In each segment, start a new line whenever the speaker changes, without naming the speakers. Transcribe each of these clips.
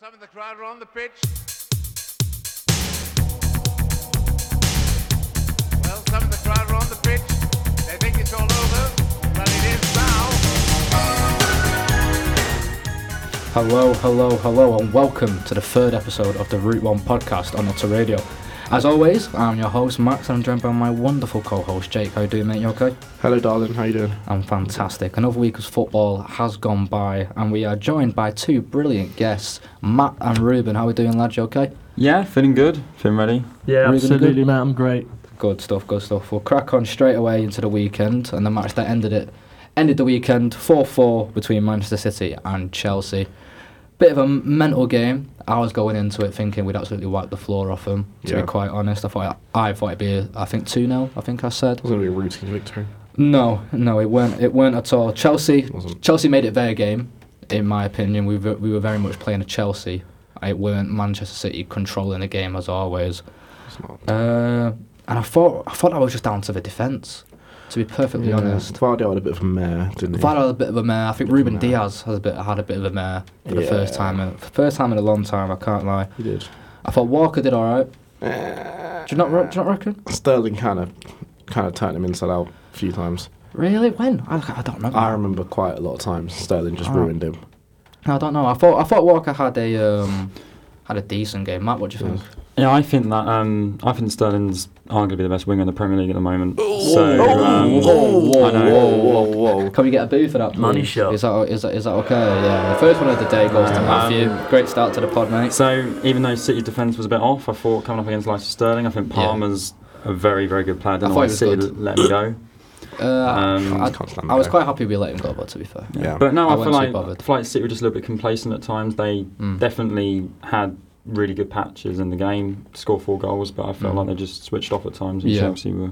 Some of the crowd are on the pitch. Well, some of the crowd are on the pitch. They think it's all over, but it is now.
Hello, hello, hello, and welcome to the third episode of the Route One podcast on Otter Radio. As always, I'm your host Max, and I'm joined by my wonderful co-host Jake. How you doing, mate? You okay?
Hello, darling. How you doing?
I'm fantastic. Another week of football has gone by, and we are joined by two brilliant guests, Matt and Ruben. How are we doing, lads? You okay?
Yeah, feeling good, feeling ready.
Yeah,
Really good? absolutely,
mate. I'm great.
Good stuff, good stuff. We'll crack on straight away into the weekend and the match that ended it ended the weekend 4-4 between Manchester City and Chelsea. Bit of a m- mental game. I was going into it thinking we'd absolutely wipe the floor off them. To
Yeah.
be quite honest, I thought I thought it'd be I think 2-0, I think I said.
It was gonna be a routine victory.
No, no, it weren't it weren't at all. Chelsea
It wasn't.
Chelsea made it their game, in my opinion. We were, we were very much playing a Chelsea. It weren't Manchester City controlling the game as always.
It's not.
Uh, and I thought I thought that was just down to the defence. To be perfectly
Yeah,
honest,
Vardy had a bit of a mare, didn't he?
Vardy had a bit of a mare. I think Ruben
mare.
Diaz has a bit had a bit of a mare for the first
Yeah.
time. In, for the first time in a long time. I can't lie.
He did.
I thought Walker did all right. Do you not re- do you not reckon?
Sterling kind of, kind of turned him inside out a few times.
Really? When? I, I don't know.
I remember quite a lot of times Sterling just
Ah.
ruined him.
I don't know. I thought I thought Walker had a um, had a decent game. Matt, what do you think?
Yeah, I think that um, I think Sterling's arguably the best winger in the Premier League at the moment. So
Oh.
um,
whoa,
I know.
whoa, whoa!
Can we get a boo for that?
Money
please?
shot.
Is that is that is that okay? Yeah. The first one of the day goes to
Um,
Matthew. Great start to the pod, mate.
so even though City's defence was a bit off, I thought coming up against Leicester Sterling, I think
Yeah.
Palmer's a very very good player. I don't
I
know
thought
why
he was
City
good.
let him go.
Uh,
Um,
I,
Can't stand
I was
the guy.
quite happy we let him go, but to be fair.
Yeah.
But no,
I
I,
wasn't
feel
too
like
bothered.
I feel like City were just a little bit complacent at times. They
Mm.
definitely had really good patches in the game, score four goals, but I felt
Mm.
like they just switched off at times. And
Yeah.
Chelsea were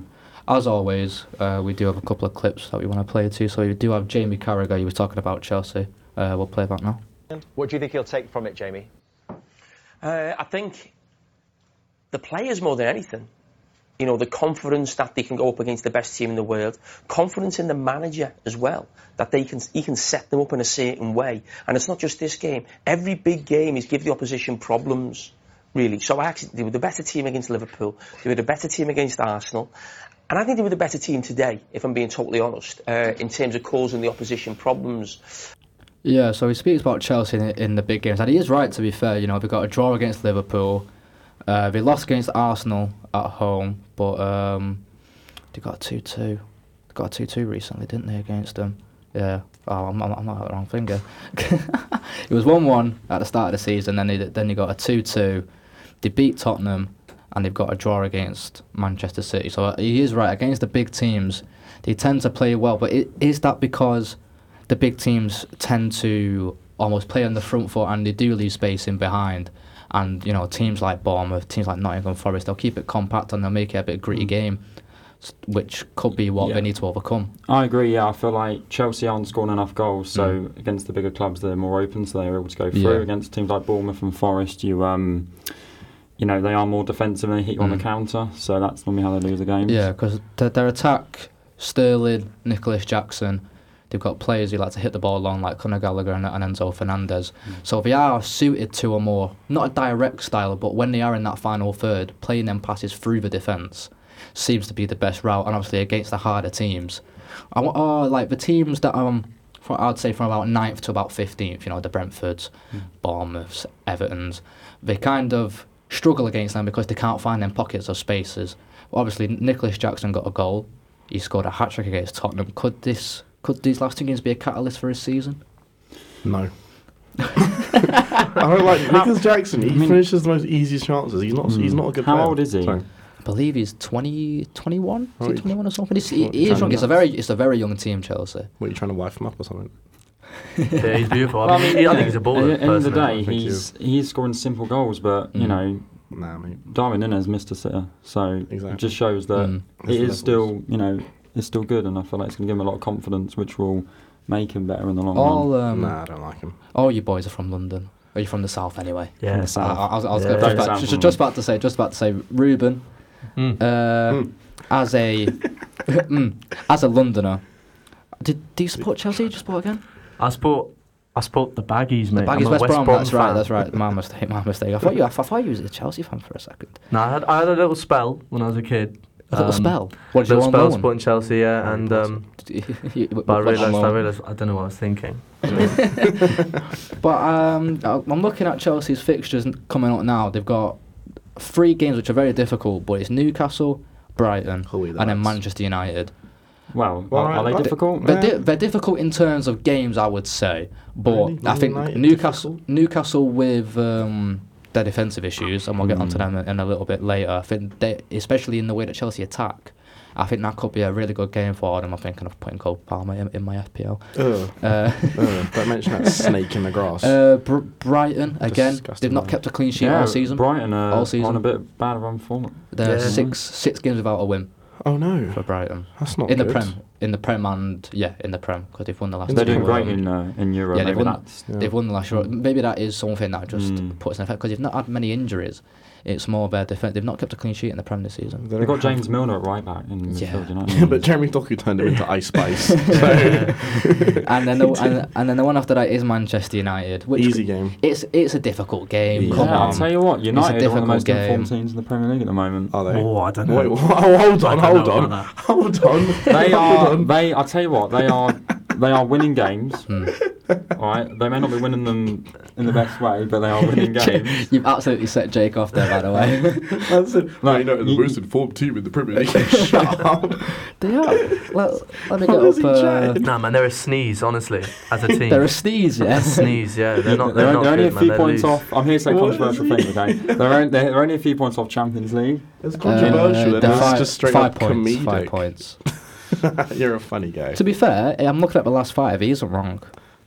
As always, uh, we do have a couple of clips that we want to play too. So you do have Jamie Carragher. You were talking about Chelsea. Uh, we'll play that now.
What do you think he'll take from it, Jamie?
Uh, I think the players more than anything. You know, the confidence that they can go up against the best team in the world, confidence in the manager as well, that they can he can set them up in a certain way. And it's not just this game. Every big game is give the opposition problems, really. So I actually they were the better team against Liverpool, they were the better team against Arsenal. And I think they were the better team today, if I'm being totally honest, uh, in terms of causing the opposition problems.
Yeah, so he speaks about Chelsea in, in the big games, and he is right. To be fair, you know they got a draw against Liverpool, uh, they lost against Arsenal at home, but um, they got a two-two. They got a two-two recently, didn't they, against them? Yeah. Oh, I'm, I'm, I'm not at the wrong finger. it was one-one at the start of the season. Then they then they got a two-two. They beat Tottenham, and they've got a draw against Manchester City. So uh, he is right. Against the big teams, they tend to play well. But i- is that because the big teams tend to almost play on the front foot and they do leave space in behind. And you know, teams like Bournemouth, teams like Nottingham Forest, they'll keep it compact and they'll make it a bit gritty game, s- which could be what
Yeah.
they need to overcome.
I agree. Yeah, I feel like Chelsea aren't scoring enough goals, so against the bigger clubs they're more open, so they're able to go through.
Mm. Yeah.
Against teams like Bournemouth and Forest, you um, you know they are more defensive and they hit you on the
Mm.
counter, so that's normally how they lose the game.
Yeah, because th- their attack, Sterling, Nicholas Jackson, they've got players who like to hit the ball long, like Conor Gallagher and, and Enzo Fernandez. So they are suited to a more, not a direct style, but when they are in that final third, playing them passes through the defence seems to be the best route, and obviously against the harder teams. I wa- oh, like the teams that um, fro- I'd say from about 9th to about 15th, you know, the Brentfords, Bournemouths, Everton's, they kind of struggle against them because they can't find them pockets of spaces. Obviously, Nicholas Jackson got a goal. He scored a hat trick against Tottenham. Could this, could these last two games be a catalyst for his season?
No. I don't like Nicholas Jackson. He finishes the most easiest chances. He's not. He's not a good
Hmm. How
player.
old is he?
Sorry.
I believe he's 20, 21? Is he
Oh, he's-
21 or something? He's, he,
Oh,
he is young.
Johnny
It's a very, it's a very young team, Chelsea.
What are you trying to wife him up or something?
Yeah, he's beautiful.
Well,
I mean, I think he's a baller.
At the end of the
personally.
day,
Thank you.
he's he's scoring simple goals, but you
Mm.
know
Nah, mate.
Darwin Nunes missed a sitter, so
Exactly.
it just shows that
Mm.
it is
That's the
still you know it's still good, and I feel like it's going to give him a lot of confidence, which will make him better in the long run.
All, um,
Nah, I don't like him.
all Oh, you boys are from London. Are you from the south anyway?
Yeah.
I, I- I was, I was
Yeah.
just, about,
Sound
just,
from
just about to say, just about to say, Ruben,
Mm.
uh, as a hmm, mm, as a Londoner, did do you support Chelsea? You just support again?
I support. I spoke the baggies, mate.
Baggies
I'm a
West, Brom. that's
fan.
right. That's right. My mistake. My mistake. I thought you. I thought you was a Chelsea fan for a second.
No, I had, I had a little spell when I was a kid.
A little
Um,
spell. What did you
little
want?
spell
loan?
spotting Chelsea, yeah, and um,
You-
but I
what- what
realised I
loan?
realised I don't know what I was thinking.
But um, I- I'm looking at Chelsea's fixtures n- coming up now. They've got three games which are very difficult, but it's Newcastle, Brighton,
Holy
and then
lads.
Manchester United.
Well,
Well,
are, are they
I- I-
difficult?
They're, di- they're difficult in terms of games, I would say. But
Really?
I think
United
Newcastle, Newcastle with um, their defensive issues, and we'll get onto
Hmm.
them in, in a little bit later. I think they, especially in the way that Chelsea attack, I think that could be a really good game for them. I'm thinking of putting Cole Palmer in, in my FPL.
Ugh.
Uh,
Ugh. Don't mention that snake in the grass.
uh, Br- Brighton again,
Disgusting,
they've not
man.
kept a clean sheet all season.
Brighton are
All season.
on a bit bad run form.
They're
Yeah.
six six games without a win
oh no,
for Brighton
that's not
in
Oh, good.
the Prem, in the Prem, and yeah, in the Prem because they've won the last.
They're
two
doing
in a
great
row.
in uh, in Euro.
Yeah, they've
maybe
won-
that's
Yeah.
They've won the last. Euro. Maybe that is something that just
Mm.
puts an effect because they've not had many injuries. It's more their defense. They've not kept a clean sheet in the Prem this season.
They
They've
don't
got
have-
James Milner at right back in
Yeah.
Yeah,
midfield, you know.
but Jeremy Doku turned him into Ice Spice. so,
and then the and, and then the one after that is Manchester United, which
easy game.
It's it's a difficult game.
Yeah,
yeah,
Come on.
I'll tell you what, United are one
difficult
of the most informed
game.
teams in the Premier League at the moment.
Are they?
Oh, I don't know.
Wait, wha- hold on,
I don't
hold
know
on,
about that.
hold on.
They
hold
are.
on.
They. I tell you what. They are. They are winning games.
Hmm.
All right. They may not be winning them in the best way, but they are winning games.
You've absolutely set Jake off there, by the way.
That's it.
Like,
no, you know, the
you-
most informed team in the Premier League. Shut up.
they are. Let, let me
What
get
is
up.
he
Uh,
chatting?
Nah, man, they're a sneeze, honestly, as a team.
they're a sneeze, yeah.
sneeze, yeah. They're not.
They're,
They're, not
they're only
good,
a
man,
few
they're
points
loose.
off. I'm here to say
What is
controversial
he-
things, okay? They're only, they're only a few points off Champions Legue.
It's
Uh,
controversial. and
they're
it's
five,
just straight
five
up
points.
comedic.
Five points.
You're a funny guy.
To be fair, I'm looking at the last five. He isn't wrong.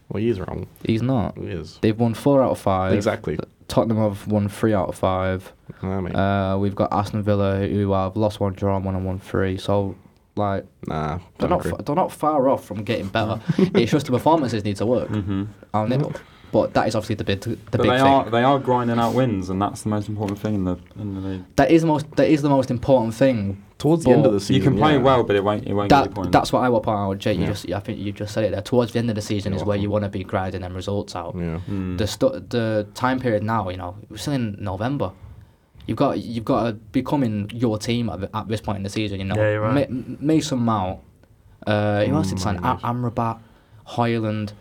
Well, he is wrong.
He's not.
He is.
They've won four out of five.
Exactly.
Tottenham have won three out of five.
Nah, mate.
Uh, we've got Aston Villa who have lost one, drawn one, and won three. So, like,
nah.
they're
Don't
not
agree.
fa- they're not far off from getting better. it's just the performances need to work.
Mm-hmm.
And it- but that is obviously the big the
But
big
they
thing.
are they are grinding out wins, and that's the most important thing in the in the league.
That is the most that is the most important thing.
Towards the end of
But
the season.
you can play
yeah.
well, but it won't it won't give you
That
points.
that's what I will point out, Jake. You
Yeah.
just I think you just said it there. Towards the end of the season is
You're
where
welcome.
you want to be grinding them results out.
Yeah.
Mm.
the stu- the time period now, you know, we're still in November. You've got you've got to be coming your team at, the, at this point in the season. You know,
Yeah, you're right.
Ma- M- Mason Mount, uh, who else
Mm,
did sign? A- Amrabat, Hoyland.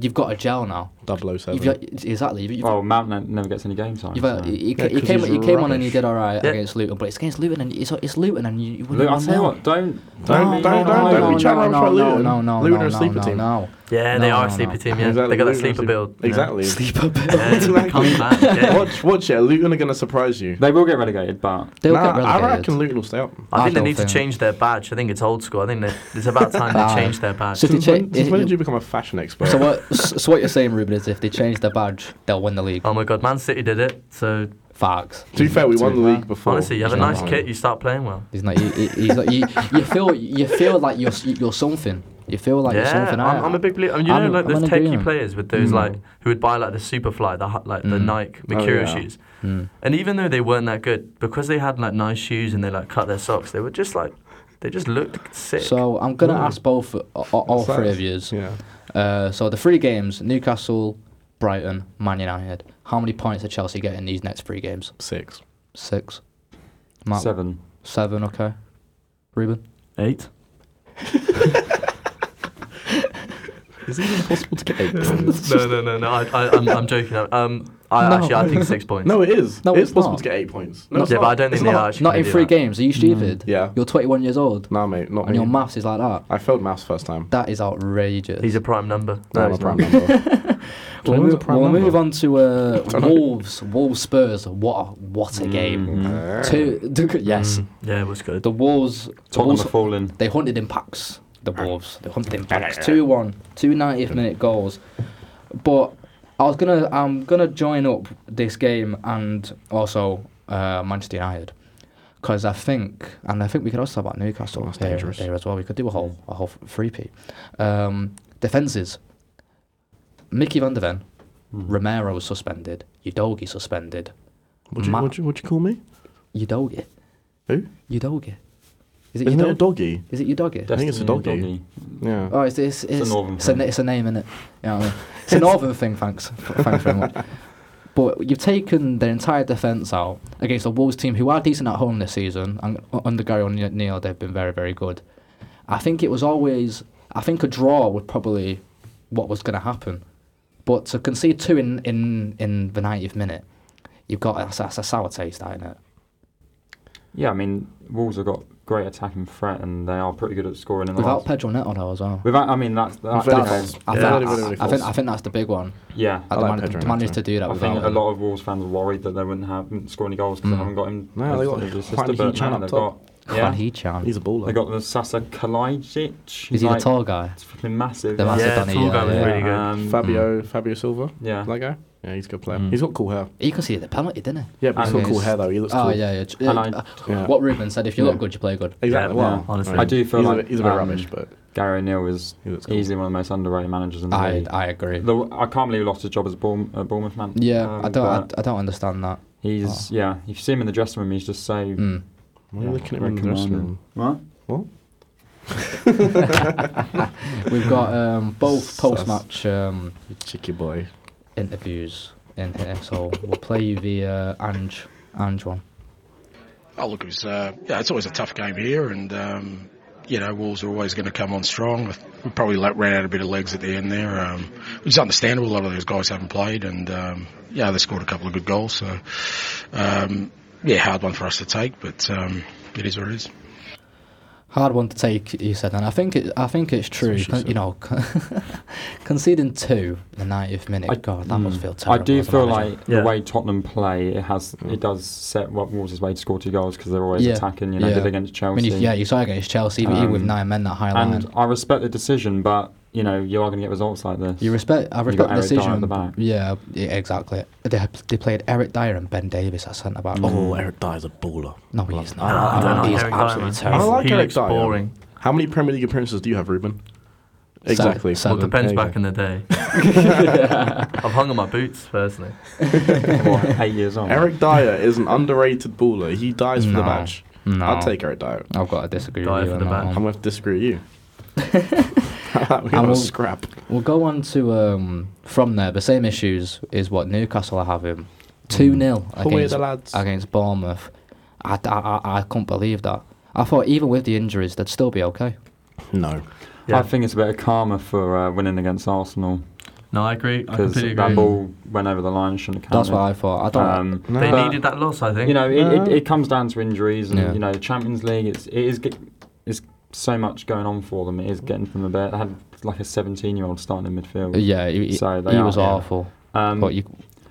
You've got a gel now.
007.
You've got, exactly. You've, you've,
Well, Oh, Mount ne- never gets any game time.
you've uh, got,
so.
he, he
Oh, Yeah,
ca- he
'cause
came
he's
he came on and he
rubbish.
did all right
Yeah.
against Luton, but it's against Luton and it's it's Luton and you. you win
Look, I'll
1-0.
tell you what, don't don't
No,
be-
don't-
No,
don't-
no,
be
no,
chatting around
no,
about
no,
Luton.
No, no,
Luton
no,
are a
no,
sleeper
no,
team.
no.
Yeah,
No,
they are
no,
a sleeper
no.
team. Yeah,
Exactly,
they
Luton
got a
are
sleeper build. you know.
Exactly.
Sleeper build.
Yeah,
Exactly.
come back, yeah.
Watch, watch it. Luton are going to surprise you.
They will get relegated, but
They'll
Nah,
get relegated.
I reckon Luton will stay up.
I,
I
think they
don't
need
think-
to change their badge. I think it's old school. I think that it's about time
Ah.
they change their badge.
City
Since
cha-
when, since
it-
when
it-
did you become a fashion expert?
So what? s- so what you're saying, Ruben, is if they change the badge, they'll win the league.
Oh my God, Man City did it. So
Facts.
to be fair, we won the
fair.
league before.
honestly, you have a
Yeah.
nice kit. You start playing well.
He's not. He, he- he's not. You, you feel. You feel like you're. s- You're something. You feel like you're
yeah,
something. I-
I'm, I'm a big believer. I mean, you
I'm-
know, like
I'm
those
in
techie
agreement.
players with those
Mm.
like who would buy like the Superfly, the hu- like the
Mm.
Nike
Oh,
Mercurial
yeah.
shoes.
Mm.
And even though they weren't that good, because they had like nice shoes and they like cut their socks, they were just like they just looked sick.
So I'm gonna
Mm.
ask both, a- a- all
That's
three
nice.
of yous.
Yeah.
Uh, so the three games: Newcastle, Brighton, Man United. How many points are Chelsea getting these next three games?
Six.
Six. Mark,
seven.
Seven. Okay. Ruben.
Eight.
Is it even possible to get eight?
no, no, no, no. I, I, I'm, I'm joking. Um, I
No.
actually I think six points.
no, it is.
No,
it is
it's
possible
not.
to get eight points.
yeah,
it's
but I don't think they are actually.
Not
gonna
in
do
three
that.
games. Are you stupid?
Mm. Yeah.
You're 21 years old,
Nah, mate, not
and
me.
your maths is like that.
I failed maths first time.
That is outrageous.
He's a prime number.
No,
No,
I'm a
he's
prime
not.
number.
We'll,
Anyone's
move,
a prime
we'll
number?
move on to uh, Wolves. Wolves Spurs. What a, what a game.
Ah.
Two, yes,
Yeah, it was good.
the Wolves. the
Mm-hmm. Mm. Tottenham
Wolves-
are falling.
they hunted in packs. The Wolves. They hunted in packs. 2-1. Two 90th
Mm-hmm.
minute goals. But I was gonna. I'm gonna join up this game and also uh, Manchester United. Because I think, and I think we could also talk about Newcastle
That's
here,
dangerous.
here as well. We could do a whole a whole three-peat. Um, defenses. Mickey van der Ven,
Hmm.
Romero was suspended, Udogi suspended,
Would you,
Ma-
would you, would you call me?
Udogi,
Who?
Udogi. Is it
Isn't it
your
a
dog?
doggy?
Is it your doggy?
Destiny
think it's a doggy.
doggy.
Yeah.
Oh, it's it's it's,
northern
it's, a,
thing.
it's a name, innit? You know what I mean? It's a northern thing. Thanks, thanks very much. But you've taken their entire defence out against a Wolves team who are decent at home this season, and u- under Gary O'Neill they've been very very good. I think it was always I think a draw was probably what was going to happen, but to concede two in in in the 90th minute, you've got that's, that's a sour taste, isn't it?
Yeah, I mean, Wolves have got great attacking threat and they are pretty good at scoring in the
Without
last.
Pedro Neto though as well.
Without, I mean, that's that,
Very
that is-
fast.
I,
Yeah.
think,
Really, really, really
I, think
false.
I think that's the big one.
yeah.
I
like
managed,
Pedro
to
Neto.
manage to do that.
I
without
think a
him.
lot of Wolves fans were worried that they wouldn't have wouldn't score any goals because they haven't got him.
Hmm. No, they
as-
got
as a
Juan
sister, but
Hee-chan
man,
up
they've
top.
got-
Juan
Yeah,
Hee-chan.
He's a
they
baller.
got the Sasa Kalajic.
Is he the tall guy?
It's fucking massive.
The
yeah.
massive
Yeah,
Donny,
tall
yeah,
guy was
yeah.
really good.
Um,
Mm.
Fabio Fabio Silva.
Yeah.
That guy. Yeah, he's a good player.
Mm.
He He's got cool hair.
He conceded the penalty, didn't he?
Yeah, but he's
And
got cool
he's-
hair though. He looks
Oh
cool.
yeah, yeah.
And
Yeah,
I-
uh,
Yeah.
What Ruben said: if you
Yeah.
look good, you play good.
Exactly.
Yeah,
well,
honestly.
mean,
I do feel
he's a
like,
bit, he's a bit
um,
rubbish, but
Gary O'Neill is
He looks cool.
easily one of the most underrated managers in the
I
league.
I agree.
The, I can't believe he lost his job as Bourne, uh, Bournemouth man.
Yeah,
Um,
I oh. don't
but
I, I don't understand that.
He's yeah. If you see him in the dressing room, he's just so.
Mm.
why are you
yeah,
looking at him in the
very
dressing
commanding.
room?
What?
What?
We've got um, both
Sus.
post-match um,
You cheeky boy.
interviews in here, so we'll play you the uh, Ange Ange one.
Oh, look, it was, uh, yeah, it's always a tough game here, and um, you know, Wolves are always going to come on strong. We probably let- ran out a bit of legs at the end there, um, which is understandable. A lot of those guys haven't played, and um, yeah, they scored a couple of good goals. So, um, yeah, hard one for us to take, but um, it is what it is.
Hard one to take, he said, and I think it, I think it's true.
what she
Con- you
said.
know, conceding two in the 90th minute, God, that must
Mm.
feel terrible.
I do
as a
feel
manager.
like
Yeah.
the way Tottenham play, it has
Hmm.
it does set what Wolves' way to score two goals because they're always attacking. You know, did against
I
Chelsea.
mean, you, yeah, you saw against Chelsea, but even with
Um,
nine men that high line.
and I respect the decision, but you know, you are going to get results like this.
You respect. I
You
respect
got
the
Eric Dyer at
decision.
the back.
Yeah, yeah, exactly. They, had- they played Eric Dyer and Ben Davis at centre
Mm.
back.
Oh, Eric Dyer's a baller.
no, he's not.
I don't like
he's
Eric Dyer, man.
absolutely
I
terrible.
like
He
Eric
looks
Dyer.
boring.
How many Premier League appearances do you have, Ruben?
Seven.
Exactly.
Seven.
Well, it depends
There you
back
go.
in the day. I've hung on my boots, personally.
Or eight years old.
Eric Dyer is an underrated baller. He dies for
No.
the match.
No.
I'd take Eric Dyer.
I've got to disagree
Dyer
with you
for
on
the
that
man.
one.
I'm going to disagree with you. We're
I
going
will-
to scrap.
We'll go on to um, from there. The same issues is what Newcastle are having. Two 0
Mm.
Who are
against
the lads?
against Bournemouth. I, I, I, I couldn't believe that. I thought even with the injuries, they'd still be okay.
No.
Yeah.
I think it's a bit of karma for uh, winning against Arsenal
No, I agree. I
because
completely
that
agree.
ball went over the line, shouldn't have
That's
counted.
what I thought. I don't.
Um,
They
but-
needed that loss, I think.
you know, it, it, it comes down to injuries, and
Yeah.
you know, the Champions League. It's it is get, it's so much going on for them. It is getting from the bit. They had like a 17-year-old starting in midfield.
yeah, he, he-
Sorry, they
he
are,
was
yeah.
awful.
Um,
But you,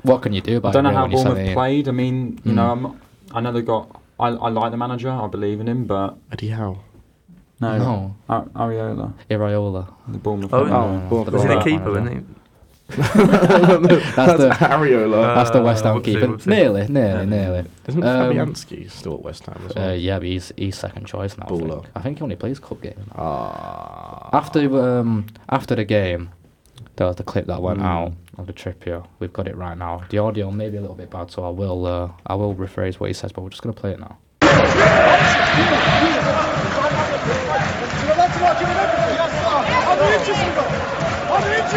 what can you do
I
about
don't
it? Hmm.
know how
really, when you're 17?
Bournemouth played. I mean, you know, I'm, not- I know they got. I, I like the manager. I believe in him, but
Eddie Howe.
no,
No.
Ar- Ariola,
Iriola.
the Bournemouth.
Oh,
manager.
Oh, well,
was he the
Right.
keeper, wasn't he?
That's the
Ariola.
Uh,
that's the West Ham
whoopsie,
keeper.
whoopsie.
Nearly, nearly, nearly.
Isn't
Um,
Fabianski still at West Ham as
Uh,
well?
yeah, but he's he's second choice now. I
Baller.
think. I think he only plays cup games. now.
Ah.
After um after the game, there was the clip that
Hmm.
went out of the Trippier. We've got it right now. The audio may be a little bit bad, so I will uh, I will rephrase what he says, but we're just gonna play it now.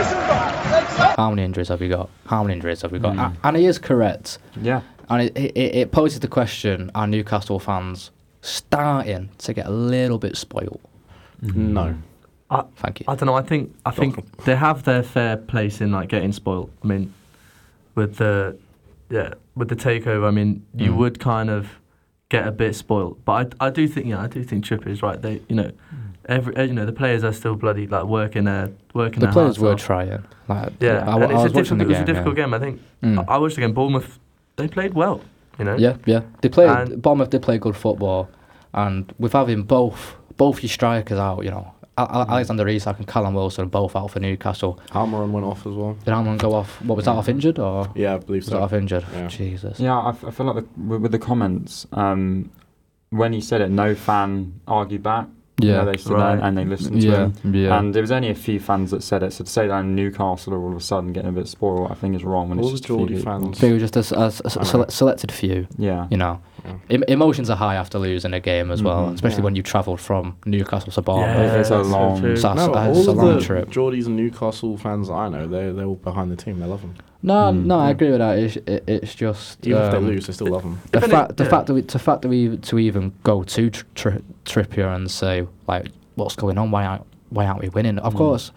How many injuries have we got? How many injuries have we
Hmm.
got? A- And he is correct.
Yeah.
And it, it, it poses the question are Newcastle fans starting to get a little bit spoiled?
No.
Mm-hmm. I,
Thank you.
I don't know. I think I think they have their fair place in like getting spoiled. I mean, with the yeah with the takeover, I mean you would kind of get a bit spoiled. But I, I do think yeah I do think Trippier is right. They you know every eh, you know the players are still bloody like working their working.
the
their
players
hearts
were
out.
trying. Like,
Yeah,
I, I,
and it's
I
a
was watching
difficult,
the
it was a
game.
difficult
yeah.
game. I think
Mm.
I, I watched the game. Bournemouth they played well. You know.
Yeah, yeah. They played.
And-
Bournemouth did play good football, and with having both both your strikers out, you know, Al- Al-
Mm-hmm.
Alexander Isak and Callum Wilson both out for Newcastle.
Almiron went off as well.
Did Almond go off? What was that off injured or
Yeah, I believe
was that
so.
off injured?
Yeah.
Jesus.
Yeah, I, f- I feel like the, with, with the comments, um, when he said it, no fan argued back. You know, they stood
Right.
there and they listened to
Yeah,
him.
yeah.
And there was only a few fans that said it. So to say that in Newcastle are all of a sudden getting a bit spoiled, I think is wrong. When
All
it's
the
just a few
Geordie
people.
fans.
They were just a, s- a s- a
I know.
sele- selected few,
Yeah.
you know. em- emotions are high after losing a game as well, especially when you travelled from Newcastle to Bournemouth.
it's a
that's so
long-
true.
So- That's-
no,
that's
all
a
of
long
the
trip.
Geordies and Newcastle fans that I know, they're, they're all behind the team. They love them.
No, no, I agree with that. It's, it, it's just
Even if they
um,
lose, they still love them.
the
Even
fact
if-
the
yeah.
fact that we the fact that we to even go to tri- tri- Trippier and say like what's going on why aren't why aren't we winning of course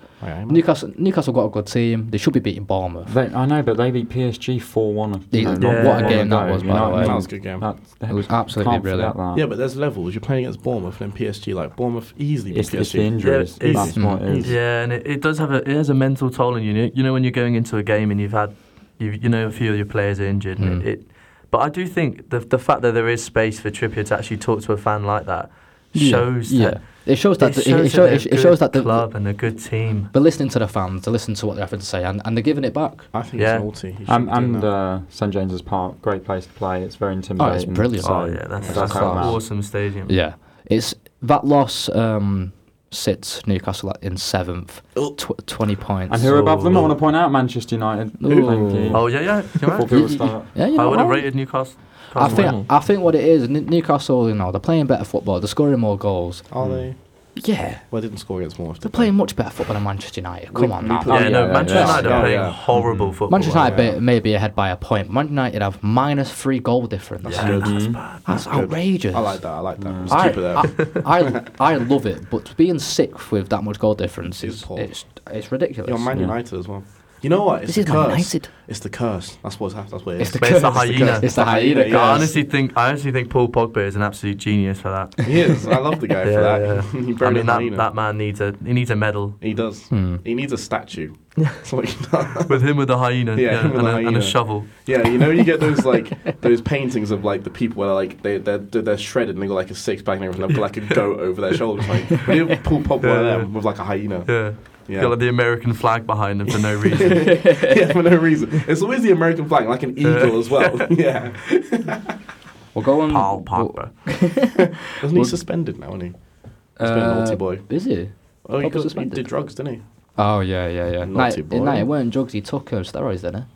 Newcastle Newcastle got a good team they should be beating Bournemouth
They, I know, but they beat PSG 4 1.
Yeah,
what a
game that was, by the way.
That was a good game.
It was absolutely brilliant.
uh,
Yeah, but there's levels. You're playing against Bournemouth and then PSG. Like Bournemouth easily beat
it's, it's the
PSG.
injuries.
Yeah, it's-
That's what it is.
Yeah, and it, it does have a it has a mental toll on you. You know- You know when you're going into a game and you've had you you know a few of your players are injured. and
Mm.
It, it- but I do think the the fact that there is space for Trippier to actually talk to a fan like that shows
yeah
that
it shows that
it
the- it, it, show,
they're a
it, it shows
good
that the,
club and a good team.
they're listening to the fans they're listening to what they have to say and, and they're giving it back
I think
Yeah.
it's naughty. He shouldn't
And,
be doing
and
that.
uh, St James's Park, great place to play. It's very intimidating.
brilliant.
Oh yeah, that's,
it
that's,
does
an
help out.
awesome stadium.
yeah it's that loss um, sits Newcastle at- in seventh
Oh.
tw- 20 points
And who are above them? I
So-
want to point out Manchester United.
Ooh.
Thank you.
Oh yeah, yeah. you're right.
Before people start.
yeah you
I
know
would have
what?
rated Newcastle.
I think I think what it is N- Newcastle you know they're playing better football they're scoring more goals
Are they?
yeah
Well, they didn't score against Bournemouth.
They're
did
playing much better football than Manchester United. Come on, now.
yeah,
yeah,
no,
yeah,
Manchester
yeah.
United
Oh, Yeah,
are playing
yeah. Mm-hmm.
horrible football.
Manchester
right
United may- may be ahead by a point. but Manchester United have minus three goal difference.
now.
Good.
That's
Good.
outrageous.
I like that. I like that. Just
Hmm. I,
keep it there.
I, I, I love it, but being sixth with that much goal difference
It's
is
poor.
it's, it's ridiculous.
You're Man United as well. You know what? It's
This
the
is Man
curse.
United.
It's the curse. That's what. That's what it
It's
is.
the
But it's a
curse.
hyena.
It's the hyena.
hyena,
Yeah, I
Yes.
honestly think I honestly think Paul Pogba is an absolute genius for that.
he is. I love the guy for that. He
I
buried
mean,
a hyena.
that, that man needs a he needs a medal
He does.
Hmm.
He needs a statue. That's what he does.
with him with the hyena,
Yeah, him with
and,
the
a, and
hyena.
a shovel.
Yeah, you know, you get those like those paintings of like the people where like they they're, they're shredded and they got like a six pack and everything. They've got like a goat over their shoulders. Like they have Paul Pogba
Yeah,
there
yeah.
with like a hyena.
Yeah.
Yeah.
Got like the American flag behind him for no reason.
yeah, for no reason. It's always the American flag, like an eagle as well. yeah,
We'll go on.
Paul
we'll-
Pogba.
isn't he suspended now? Isn't he? He's been a naughty
Uh,
boy.
Is he?
Oh, he,
Pogba's
got, he
suspended.
did drugs, didn't he?
Oh, yeah, yeah, yeah. No,
Naughty
it-
boy.
no, it weren't drugs he took, uh, steroids, didn't it?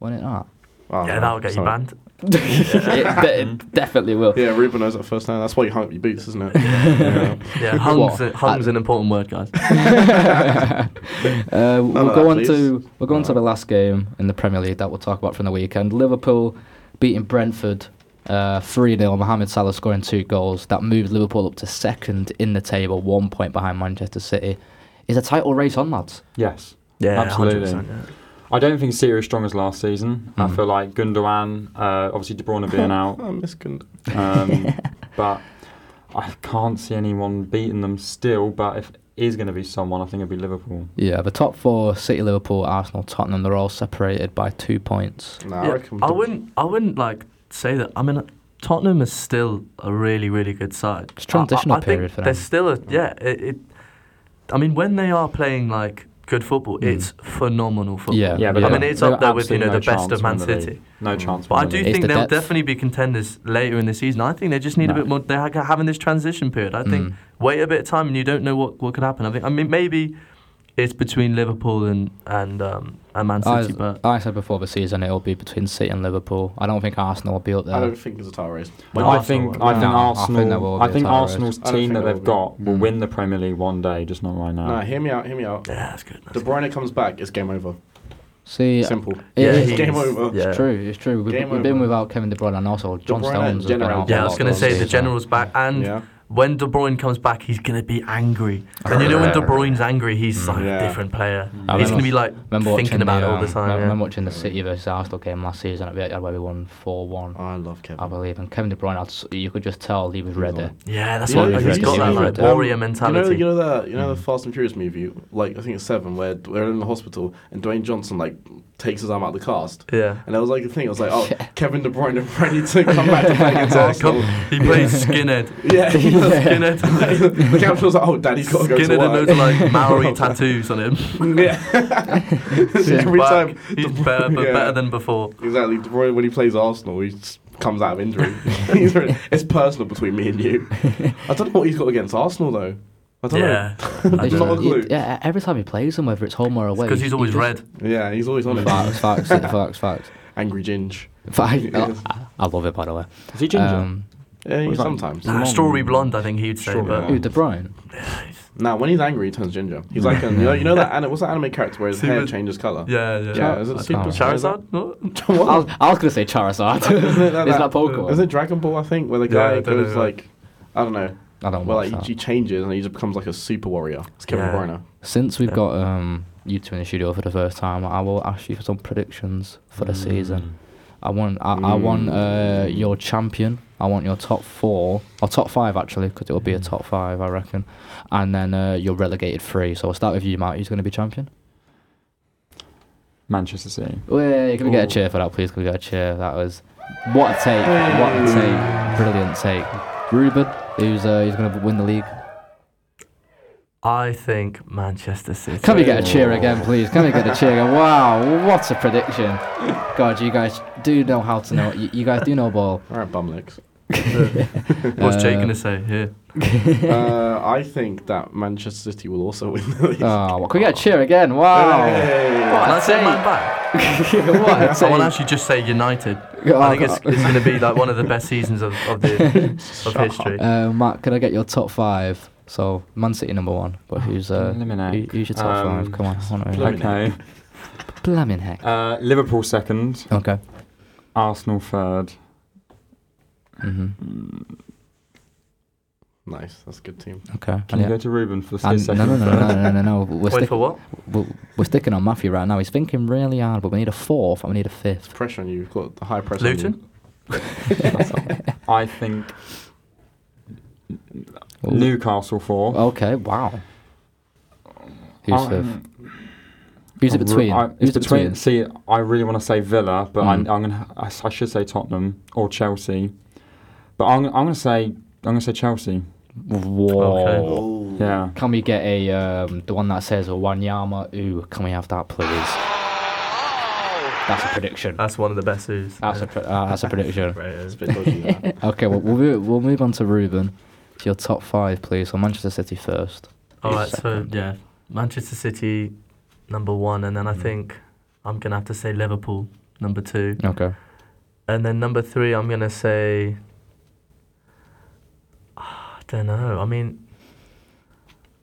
Wasn't it that?
Oh,
Yeah, that'll get you
sorry.
banned.
it, de- it definitely will.
Yeah, Ruben knows that first time. That's why you hump your boots, isn't it? yeah.
Yeah,
What?
hung's, hung's an important word, guys.
Uh, we'll go
of that,
on
please.
to we'll go on to the last game in the Premier League that we'll talk about from the weekend. Liverpool beating Brentford uh, three 0 Mohamed Salah scoring two goals that moved Liverpool up to second in the table, one point behind Manchester City. Is a title race on, lads?
Yes.
Yeah,
Absolutely.
100%, yeah.
I don't think City are as strong as last season.
Mm.
I feel like Gundogan, uh, obviously De Bruyne being out,
I miss Gund.
um, but I can't see anyone beating them still. But if it is going to be someone, I think it'll be Liverpool.
Yeah, the top four: City, Liverpool, Arsenal, Tottenham. They're all separated by two points.
Nah, I
Yeah,
reckon.
I wouldn't. I wouldn't like say that. I mean, Tottenham is still a really, really good side.
It's a transitional
I, I, I
period
think
for them.
There's still a yeah. It, it. I mean, when they are playing like good football, it's phenomenal football.
Hmm. Yeah, Yeah, Mm. but
I
they-
mean, it's
they've
up there with you
absolutely no
know the best
chance
of Man
winning the
City.
league. No chance.
But I
winning
do
the league.
It's
think
the
they'll
depth.
definitely be contenders later in the season. I think they just need
No.
a bit more. They're ha- having this transition period. I think
Hmm.
wait a bit of time and you don't know what, what could happen. I think. I mean, maybe it's between Liverpool and and um, and Man
I,
City, but
I said before the season it'll be between City and Liverpool. I don't think Arsenal will be up there.
I don't think it's a title race.
But
I
Arsenal
think
won't.
I think
No, I think there will
Arsenal.
be
I
a Mm.
think
title race.
Arsenal's
I don't
team
think
that
there
they've
will
got will win the Premier League one day, just not right
Nah,
now.
hear me out. Hear me out.
yeah, that's good.
De Bruyne comes back. It's game over.
See,
Simple.
Yeah,
Yeah,
it's
he
game
is.
over.
Yeah.
It's true. It's true. We've,
Game
we've been
over.
without Kevin De Bruyne and also John
Bruyne
Stones. has been
general-
out for
Yeah, I
a
was
lot
going
of
to say the
season.
general's back, and
Yeah.
when De Bruyne comes back, he's going to be angry. And you know, when De Bruyne's angry, he's like
Mm. Yeah.
a different player.
I
He's going
remember-
to be like
Remember watching
thinking about
the,
it all the
um,
time.
I
yeah.
remember watching the City versus Arsenal game last season at Vietnam where we won four one,
I love
I
Kevin.
believe. And Kevin De Bruyne, I'd s- you could just tell he was ready.
Yeah, that's
You know-
what
have
he's
you
got that
seen
like
that, um,
warrior mentality.
You know, you know the you know the Fast and Furious movie, like I think it's seven, where d- they're in the hospital and Dwayne Johnson like takes his arm out of the cast.
Yeah.
And there was like a thing. I was like, oh, Kevin De Bruyne ready to come back to play against Arsenal.
he plays skinhead.
Yeah. he does.
Skinhead.
the caption was like, oh, daddy's got to go to
Skinhead and
work.
those like Maori tattoos on him.
yeah. Every
Back.
time.
he's better, but
yeah.
better than before.
Exactly. De Bruyne, when he plays Arsenal, he just comes out of injury. He's re- it's personal between me and you. I don't know what he's got against Arsenal, though. I don't
Yeah,
know. It's not a
He-
clue.
yeah, every time he plays them, whether it's home or away.
because he's
he
always
just-
red.
Yeah, he's always on it.
Facts, facts, facts, facts.
Angry Ginge.
But I,
Yes.
I, I love it, by the way.
Is he ginger?
Um,
Yeah,
What's that?
sometimes.
Long-
Strawberry blonde, I think he'd say,
Strawberry
but
ooh, De Bruyne.
Nah, when he's angry, he turns ginger. He's like, um, you know, you know that anime, what's that anime character where his hair
Super-
changes color?
yeah, yeah.
Yeah, is it Super
Charizard? No?
I was, I was going to say Charizard. Is
that-
that,
that-
Oh, Pokemon?
Is it Dragon Ball? I think where the
Yeah, I
guy
don't
goes
know.
like, I don't know.
I don't
Well,
watch
like
that.
he changes and he just becomes like a super warrior. It's Kevin De
Yeah.
Bruyne.
Since we've got um, you two in the studio for the first time, I will ask you for some predictions for the season. I want, I, I want uh, your champion. I want your top four or top five actually, because it will be a top five, I reckon. And then uh, your relegated three. So I'll start with you, Matt. Who's going to be champion?
Manchester City.
Wait, can we get a cheer for that, please? Can we get a cheer? That was what a take! What a take! Brilliant take, Ruben. Who's uh, who's going to win the league?
I think Manchester City.
Can we get a cheer again, please? Can we get a cheer again? Wow, what a prediction! God, you guys do know how to know. You, you guys do know ball.
All right, bum licks.
What's Jake
Uh,
going to say here?
uh, I think that Manchester City will also win the league.
Ah,
Oh.
Oh, what- can we get a cheer again? Wow,
Hey.
Can I
what a
say mine
take!
back?
What a
I will
take!
actually just say United.
Oh,
I think it's, it's going to be like one of the best seasons of, of, the, of history.
Uh, Matt, can I get your top five? So Man City number one, but who's uh, who,
Eliminate.
who's your top
Um,
five? Come on, I want to
Blimey.
know.
Okay.
Blaming heck.
Uh, Liverpool second.
Okay.
Arsenal third.
hmm
Nice, that's a good team.
Okay.
Can
and
you
yeah.
go to Ruben for
And
his second?
no, no, no, no,
third?
no, no, no, no. We're,
Wait
stick-
for what?
we're, we're sticking on Matthew right now. He's thinking really hard, but we need a fourth and we need a fifth.
Pressure on you. You've got the high pressure. on you.
Luton?
That's all. I think
Ooh.
Newcastle fourth.
Okay, wow. Who's
Um,
fifth? Who's it
I re-
between?
I,
Who's
it's
it between?
between. See, I really want to say Villa, but I'm,
Mm.
I'm gonna. I, s- I should say Tottenham or Chelsea, but I'm, I'm gonna say I'm gonna say Chelsea.
Whoa.
Oh.
Yeah.
Can we get a um, the one that says Wanyama? Ooh, can we have that, please? That's a prediction.
That's one of the best zoos.
That's a pre- uh, that's a prediction.
Right, it is.
It's a bit dodgy. that.
Okay, well we'll move, we'll move on to Ruben. To your top five, please. So Manchester City first.
All right, so yeah, Manchester City number one, and then
Mm.
I think I'm gonna have to say Liverpool number two,
Okay.
and then number three I'm gonna say. ah, I don't know. I mean,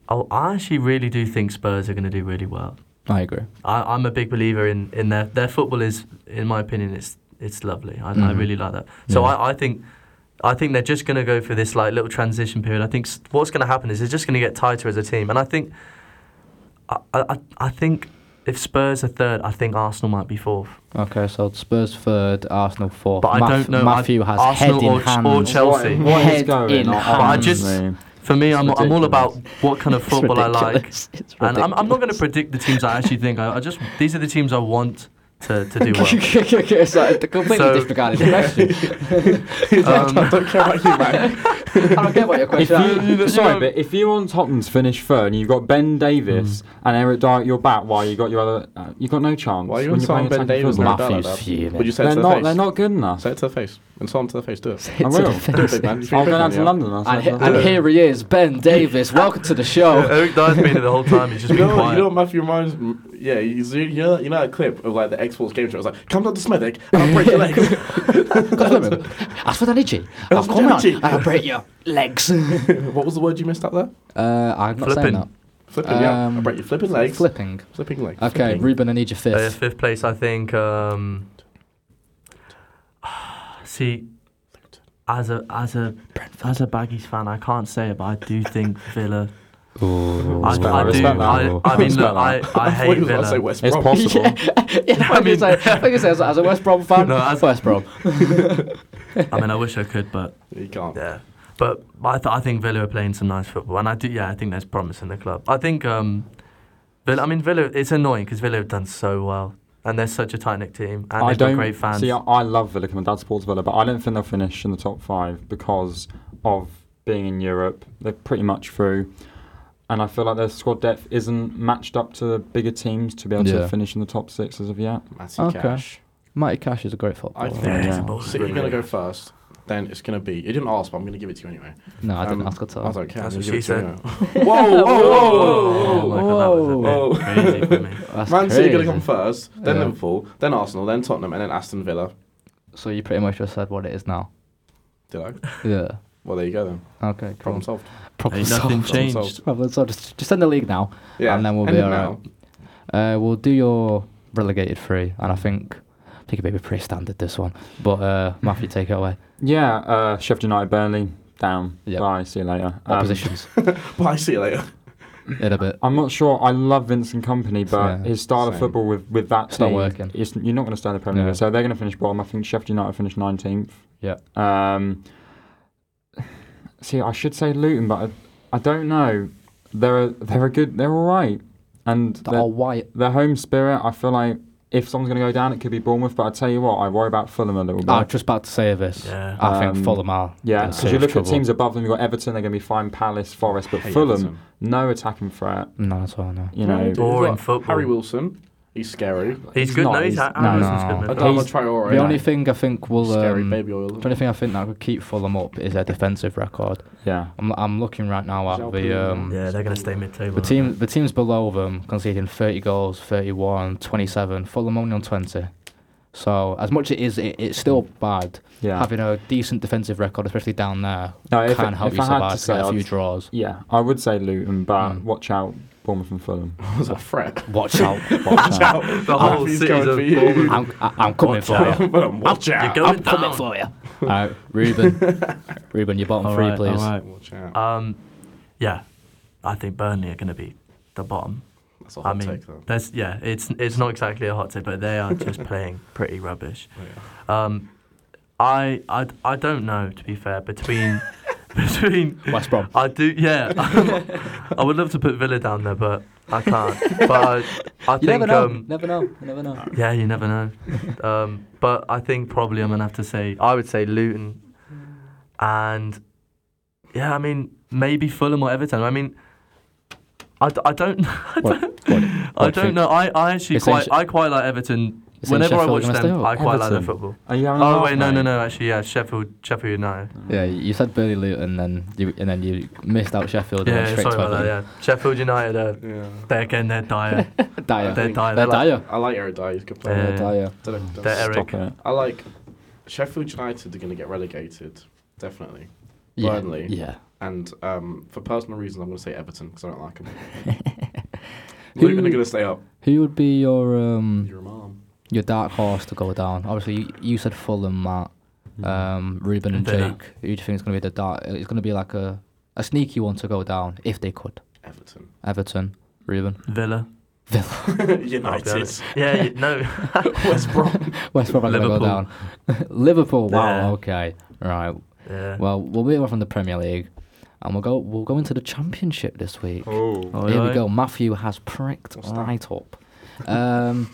I, I actually really do think Spurs are gonna do really well.
I agree.
I, I'm a big believer in, in their their football is, in my opinion, it's it's lovely. I, I
Mhm.
really like that. So
Yeah.
I, I think. I think they're just going to go for this like little transition period. I think s- what's going to happen is they're just going to get tighter as a team, and I think, I, I, I- I think if Spurs are third, I think Arsenal might be fourth.
Okay, so Spurs third, Arsenal fourth.
But I
Math-
don't know, I-
Matthew has
Arsenal
head in
or Ch-
hand.
or Chelsea.
What, what
Head
is going
in
on?
hand.
But I just-
honestly?
For me, I'm, I'm all
ridiculous.
about what kind of
It's
football I like,
ridiculous. It's
and I'm, I'm not going
ridiculous.
to predict the teams I actually think. I, I just these are the teams I want to, to do well.
it's like completely
So- Um,
disregarded the question.
I don't care about you, man.
I don't care about your
If
question. I-
you, sorry, but if you on Tottenham's finish third, and you've got Ben Davis
Mm.
and Eric Dyer at your back, while you got your other, uh, you got no chance.
Why are you
when
insulting
playing
Ben
attacking
Davis?
football.
Matt? Matthew's
Matthews.
fuming.
Would you say it to
They're
their
not.
face?
They're not good enough.
Say it to their face. Insult him to their face. Do it.
It's
I
a
will.
Do it,
defense.
big man.
I'll go down to London. I'll
And,
say
he-
that.
and here he is, Ben Davis. Welcome to the show.
Eric Dyer's been here the whole time. He's just
You
been
know,
quiet.
you know what Matthew reminds m- Yeah, you, see- you, know, you know that clip of like the X Force game show? It was like, come down to Smedic and I'll break your legs.
Ask for the energy. I'll
Ask for
come
the
on
energy.
and I'll break your legs. uh,
what was the word you missed out there?
I'm not
Flipping.
saying that.
Flipping, yeah. I'll
Um,
break your flipping legs.
Flipping.
Flipping legs.
Okay,
Flipping.
Ruben, I need your
Uh,
fifth.
fifth place, I think. Um, see, as a as a as a Baggies fan, I can't say it, but I do think Villa. I,
Respect
I
that,
do.
respect that.
I, I mean,
Respect
look, I,
that.
I
I thought
hate
you were going to say
Villa.
West
It's
Brom.
possible.
yeah, I mean, like, like I say, as, a- as a West Brom fan,
No, as-
West Brom.
I mean, I wish I could, but
You can't.
yeah. But I, th- I think Villa are playing some nice football, and I do. Yeah, I think there's promise in the club. I think um, Villa. I mean, Villa. It's annoying because Villa have done so well, and they're such a tight knit team, and
I
they've
don't
got great fans.
see. I, I love Villa. 'cause My dad supports Villa, but I don't think they'll finish in the top five because of being in Europe. They're pretty much through, and I feel like their squad depth isn't matched up to bigger teams to be able
Yeah.
to finish in the top six as of yet.
Matty
Okay.
Cash.
Mighty Cash is a great footballer.
I think
Yeah,
Yeah.
it's a ball.
So you're going to go first. Then it's going to be. You didn't ask, but I'm going to give it to you anyway.
no, I didn't
Um,
ask at all.
I don't care.
That's
I'm gonna give it
what she
to you
said.
anyway. whoa, whoa, whoa,
Oh
whoa,
my
whoa.
god,
Whoa.
that was a bit crazy for me.
That's
Man City are
crazy.
going to come first, then
Yeah.
Liverpool, then Arsenal, then Tottenham, and then Aston Villa.
So you pretty much just said what it is now.
Did I?
Yeah.
Well, there you go then.
Okay. Cool.
Problem solved.
Problem
Ain't nothing
solved.
changed.
solved.
Problem solved. Just, just end the league now,
Yeah.
and then we'll
end
be
it
all
now.
right. Uh, we'll do your relegated three, and I think I think it may be pretty standard this one. But uh, Matthew, take it away.
Yeah, uh, Sheffield United, Burnley, down.
Yep.
Bye, see you later. Um,
Oppositions
Bye. See you later.
in a bit.
I'm not sure. I love Vincent Company, but
Yeah,
his style of
same.
football with, with that
It's not
team,
working.
it's- you're not going to stay in the Premier
No.
League. So they're going to finish bottom. I think Sheffield United finish 19th.
Yeah.
Um, see, I should say Luton, but I, I don't know. They're they're a good. They're all right, and
They're
their,
all white.
their home spirit. I feel like if someone's going to go down, it could be Bournemouth. But I tell you what, I worry about Fulham a little bit.
I was just about to say this.
Yeah.
I
Um,
think Fulham are.
Yeah,
in
because you
serious
look
trouble.
at teams above them. You've got Everton; they're going to be fine. Palace, Forest, but
Hate
Fulham,
Everton.
no attacking threat.
No, that's all. No.
You know,
Dude,
Boring
look,
football.
Harry Wilson. He's scary.
He's
He's
good.
not,
No, he's,
he's-
Ha-
no,
Harrison's
no.
good.
I
man.
don't like Traore.
The only thing I think will
Scary
um,
baby oil.
The only thing I think that could keep Fulham up is their defensive record.
yeah.
I'm, I'm looking right now at the um,
Yeah, they're going to stay mid-table.
the
aren't
team the teams below them conceding 30 goals, 31, 27. Fulham only on 20. So as much as it is, it, it's still bad.
Yeah.
Having a decent defensive record, especially down there,
No, if
can
I-
help
if
you
I had
survive.
to say,
get a few
I'd-
draws.
Yeah, I would say Luton, but
Mm.
watch out, Bournemouth and Fulham.
was a threat.
Watch out!
Watch out.
they? The whole
He's
city's
going
a
for you.
Bournemouth.
I'm, I- I'm coming
Watch
for
out.
you.
Fulham, watch out.
You're
I'm
going
coming
down.
for you. All right, Ruben. Ruben, your bottom
All
three,
right,
please.
all right.
Watch out.
Um, yeah, I think Burnley are going to be the bottom.
That's a
I
hot
mean,
take though.
that's yeah. It's it's not exactly a hot take, but they are just playing pretty rubbish.
Oh,
Um, I, I I don't know to be fair between between
West Brom.
I do yeah. I would love to put Villa down there, but I can't. But I, I
You
think
never know.
um,
never know. You never know.
yeah, you never know. um, but I think probably I'm gonna have to say I would say Luton, and yeah, I mean maybe Fulham or Everton. I mean, I, d- I don't I
What-
don't,
what-
I
what
don't
think?
know. I, I actually
You're saying
quite
Sh-
I quite like Everton.
saying
Whenever I
Sheffield
watch
are gonna
them,
stay up?
I quite like their
Everton.
football.
Are you having a
Oh
laugh,
wait, no, no,
mate?
no. Actually, yeah, Sheffield Sheffield United.
Yeah, you said Burnley Luton, and then you and then you missed out Sheffield. and
Yeah,
went straight
sorry
to
about that.
Everton.
Yeah, Sheffield United. Uh,
Yeah.
they're again, they're dire.
Dyer.
they're dire.
They're
like-
dire.
I like Eric Dyer. He's a good
Yeah.
player.
They're dire.
Don't know- don't-
They're Eric.
Stop it.
I like Sheffield United are going to get relegated, definitely.
Yeah,
Burnley.
Yeah.
And um, for personal reasons, I'm going to say Everton because I don't like them. Luton are going to stay up.
Who would be your um
Your mom.
your dark horse to go down? Obviously, you, you said Fulham, Matt,
Mm-hmm.
um, Ruben, and
Villa.
Jake. Who do you think is going to be the dark? It's going to be like a a sneaky one to go down if they could.
Everton.
Everton, Ruben,
Villa. I'll be
United.
honest. Yeah, you- no.
West Brom.
West Brom are going to go
Liverpool.
down. Liverpool. Wow.
Yeah.
Okay. Right.
Yeah.
Well, we'll move on from the Premier League, and we'll go we'll go into the Championship this week.
Oh,
Here we
Alright.
go. Matthew has pricked
What's that?
right up. Um,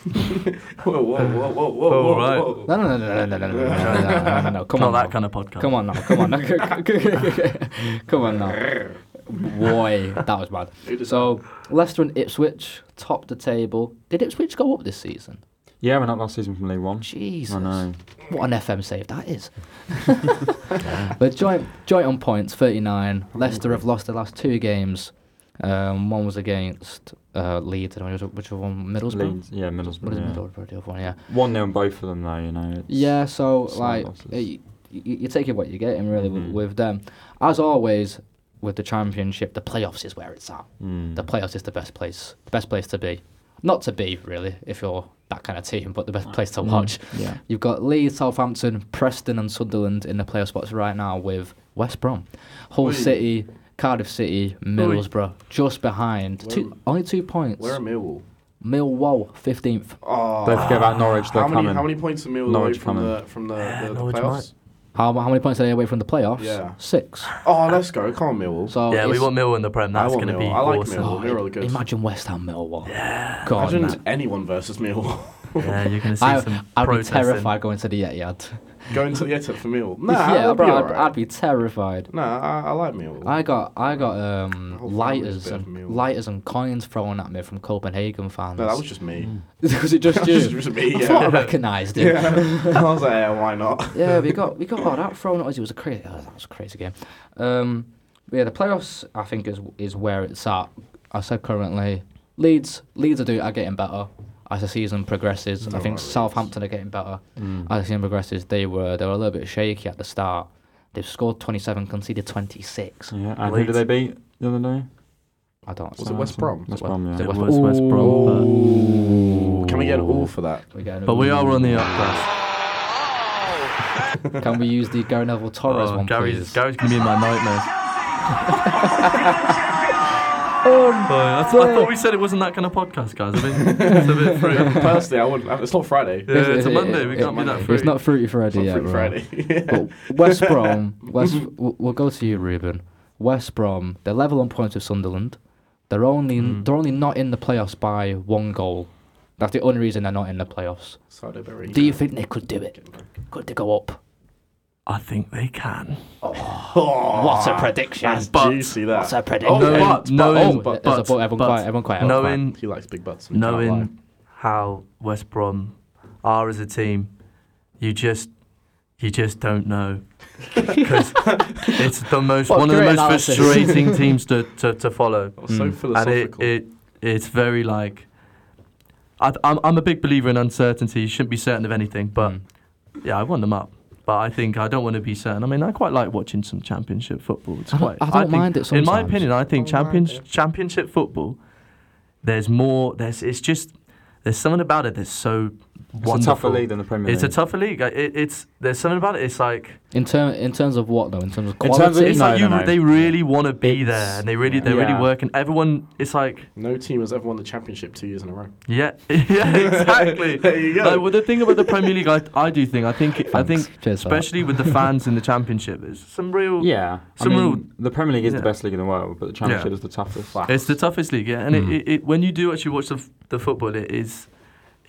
Whoa, whoa, whoa, whoa, whoa, whoa,
right.
whoa.
no, no, no, no, no, no, no, no, no, no, no, no, no, no. Come
Not
on,
that
now.
kind of podcast.
Come on now, come on, now. come on now. Boy, that was bad.
Who does
So Leicester and Ipswich topped the table. Did Ipswich go up this season?
yeah, we're not last season from League One.
Jesus,
I know.
what an FM save that is. but joint joint on points, thirty nine. Leicester have lost their last two games. Um, one was against uh, Leeds, and which was which was one Middlesbrough.
Leeds, yeah,
What is
Middlesbrough. Yeah.
Middlesbrough? The other one, yeah.
One 0 both of them though. You know. It's,
Yeah, so
Slight
like
losses.
uh, you, you- you're taking what you're getting really w
Mhm.
with them. As always, with the championship, the playoffs is where it's at.
Mm.
The playoffs is the best place, the best place to be. Not to be really, if you're that kind of team, but the best place to watch.
yeah.
You've got Leeds, Southampton, Preston, and Sunderland in the playoff spots right now with West Brom, Hull
Oi.
City, Cardiff City, Middlesbrough just behind. Two,
Where-
only two points.
Where are Millwall?
Millwall fifteenth.
Oh,
Don't forget about Norwich. They're
how many
coming.
how many points are Millwall
Norwich
away from
coming.
the from the, the, the
Norwich
playoffs?
How, how many points are they away from the playoffs?
Yeah.
Six.
Oh, let's go! Come on, Millwall.
So
Yeah,
Oh,
we
it's-
want Millwall in the Prem.
I
That's
want
going to
Millwall.
be
I like
awesome.
Millwall. They're
i-
really good.
Imagine West Ham Millwall. Yeah. God, man.
Imagine anyone versus Millwall.
Yeah, you're going to see
I,
some
I'd be
protesting.
terrified going to the Etihad.
Going to the Etihad for Millwall. Nah,
yeah,
that'd
bro,
be
I'd,
alright.
I'd be terrified.
Nah, I, I like Millwall.
I got, I got um,
My whole family's
lighters
a bit of
and
Millwall.
lighters and coins thrown at me from Copenhagen fans.
no, that was just me.
was it just
That was
you?
just me.
I thought I
Yeah.
recognised it. Yeah.
I was like, yeah, why not?
we got, we got all that thrown at us. It was a crazy, oh, that was a crazy game. Um, but yeah, the playoffs I think is is where it's at. I said currently, Leeds, Leeds are doing are getting better. as the season progresses. I think Southampton are getting better
Mm.
as the season progresses. They were they were a little bit shaky at the start. They've scored 27, conceded 26.
Yeah, and who did they beat the other day?
I don't.
Was it West Brom?
West Brom, yeah.
Is it
It
West-
was West Brom.
Ooh. Can we get an all for that?
We get an-
But, but we are on the up, guys.
Can we use the Gary Neville Torres
Oh,
one,
Gary's,
please?
Gary's going to be in my nightmares.
Oh,
Boy, that's- I thought we said it wasn't that kind of podcast, guys. I mean, it's a bit free.
Personally, I wouldn't. It's not Friday.
Yeah, it's a Monday. We can't be that free.
It's not fruity Friday
It's
yet,
not
bro.
Friday.
But West Brom, West, w- we'll go to you, Ruben. West Brom, they're level on points with Sunderland. They're only
Hmm.
they're only not in the playoffs by one goal. That's the only reason they're not in the playoffs.
Sorry, don't worry.
Do you think they could do it? Could they go up?
I think they can.
Oh, What a prediction!
That's
Ah, But-
juicy. That.
What's a prediction?
Oh,
Knowing-
but, but,
knowing-
oh, but,
there's a
but-
but, everyone
but
quiet, everyone quiet.
Knowing,
He likes big butts.
lie.
knowing how West Brom are as a team, you just you just don't know. 'Cause it's the most
What
one of the
great
most
analysis.
frustrating teams to, to, to follow.
That was
Mm.
so
and it,
philosophical.
it it's very like I, I'm I'm a big believer in uncertainty. You shouldn't be certain of anything, but
Mm.
yeah, I want them up. But I think I don't want to be certain. I mean, I quite like watching some championship football. It's
I don't-
quite.
I don't
think-
mind it
In my
sometimes.
opinion, I think
I don't mind
champions, championship football. There's more. There's it's just there's something about it that's so
It's
wonderful.
a tougher league than the Premier League.
It's a tougher league. I- It, it's there's something about it. It's like
in term, in terms of what though? In terms of
terms of-
quality.
it's
no,
like you.
no, no.
They really want to be
It's-
there, and they really they're
Yeah.
really working. Everyone. It's like
no team has ever won the championship two years in a row.
Yeah, yeah, exactly.
There you go.
Like, well, the thing about the Premier League, I, I do think, I think, I
Thanks.
think,
Cheers for that.
especially with the fans in the Championship, it's some real.
yeah. I
Some
mean,
rule-
the Premier League is
yeah.
the best league in the world, but the Championship is the toughest.
It's the toughest league, yeah. And
Mm.
it, it, it, when you do actually watch the, f- the football, it is,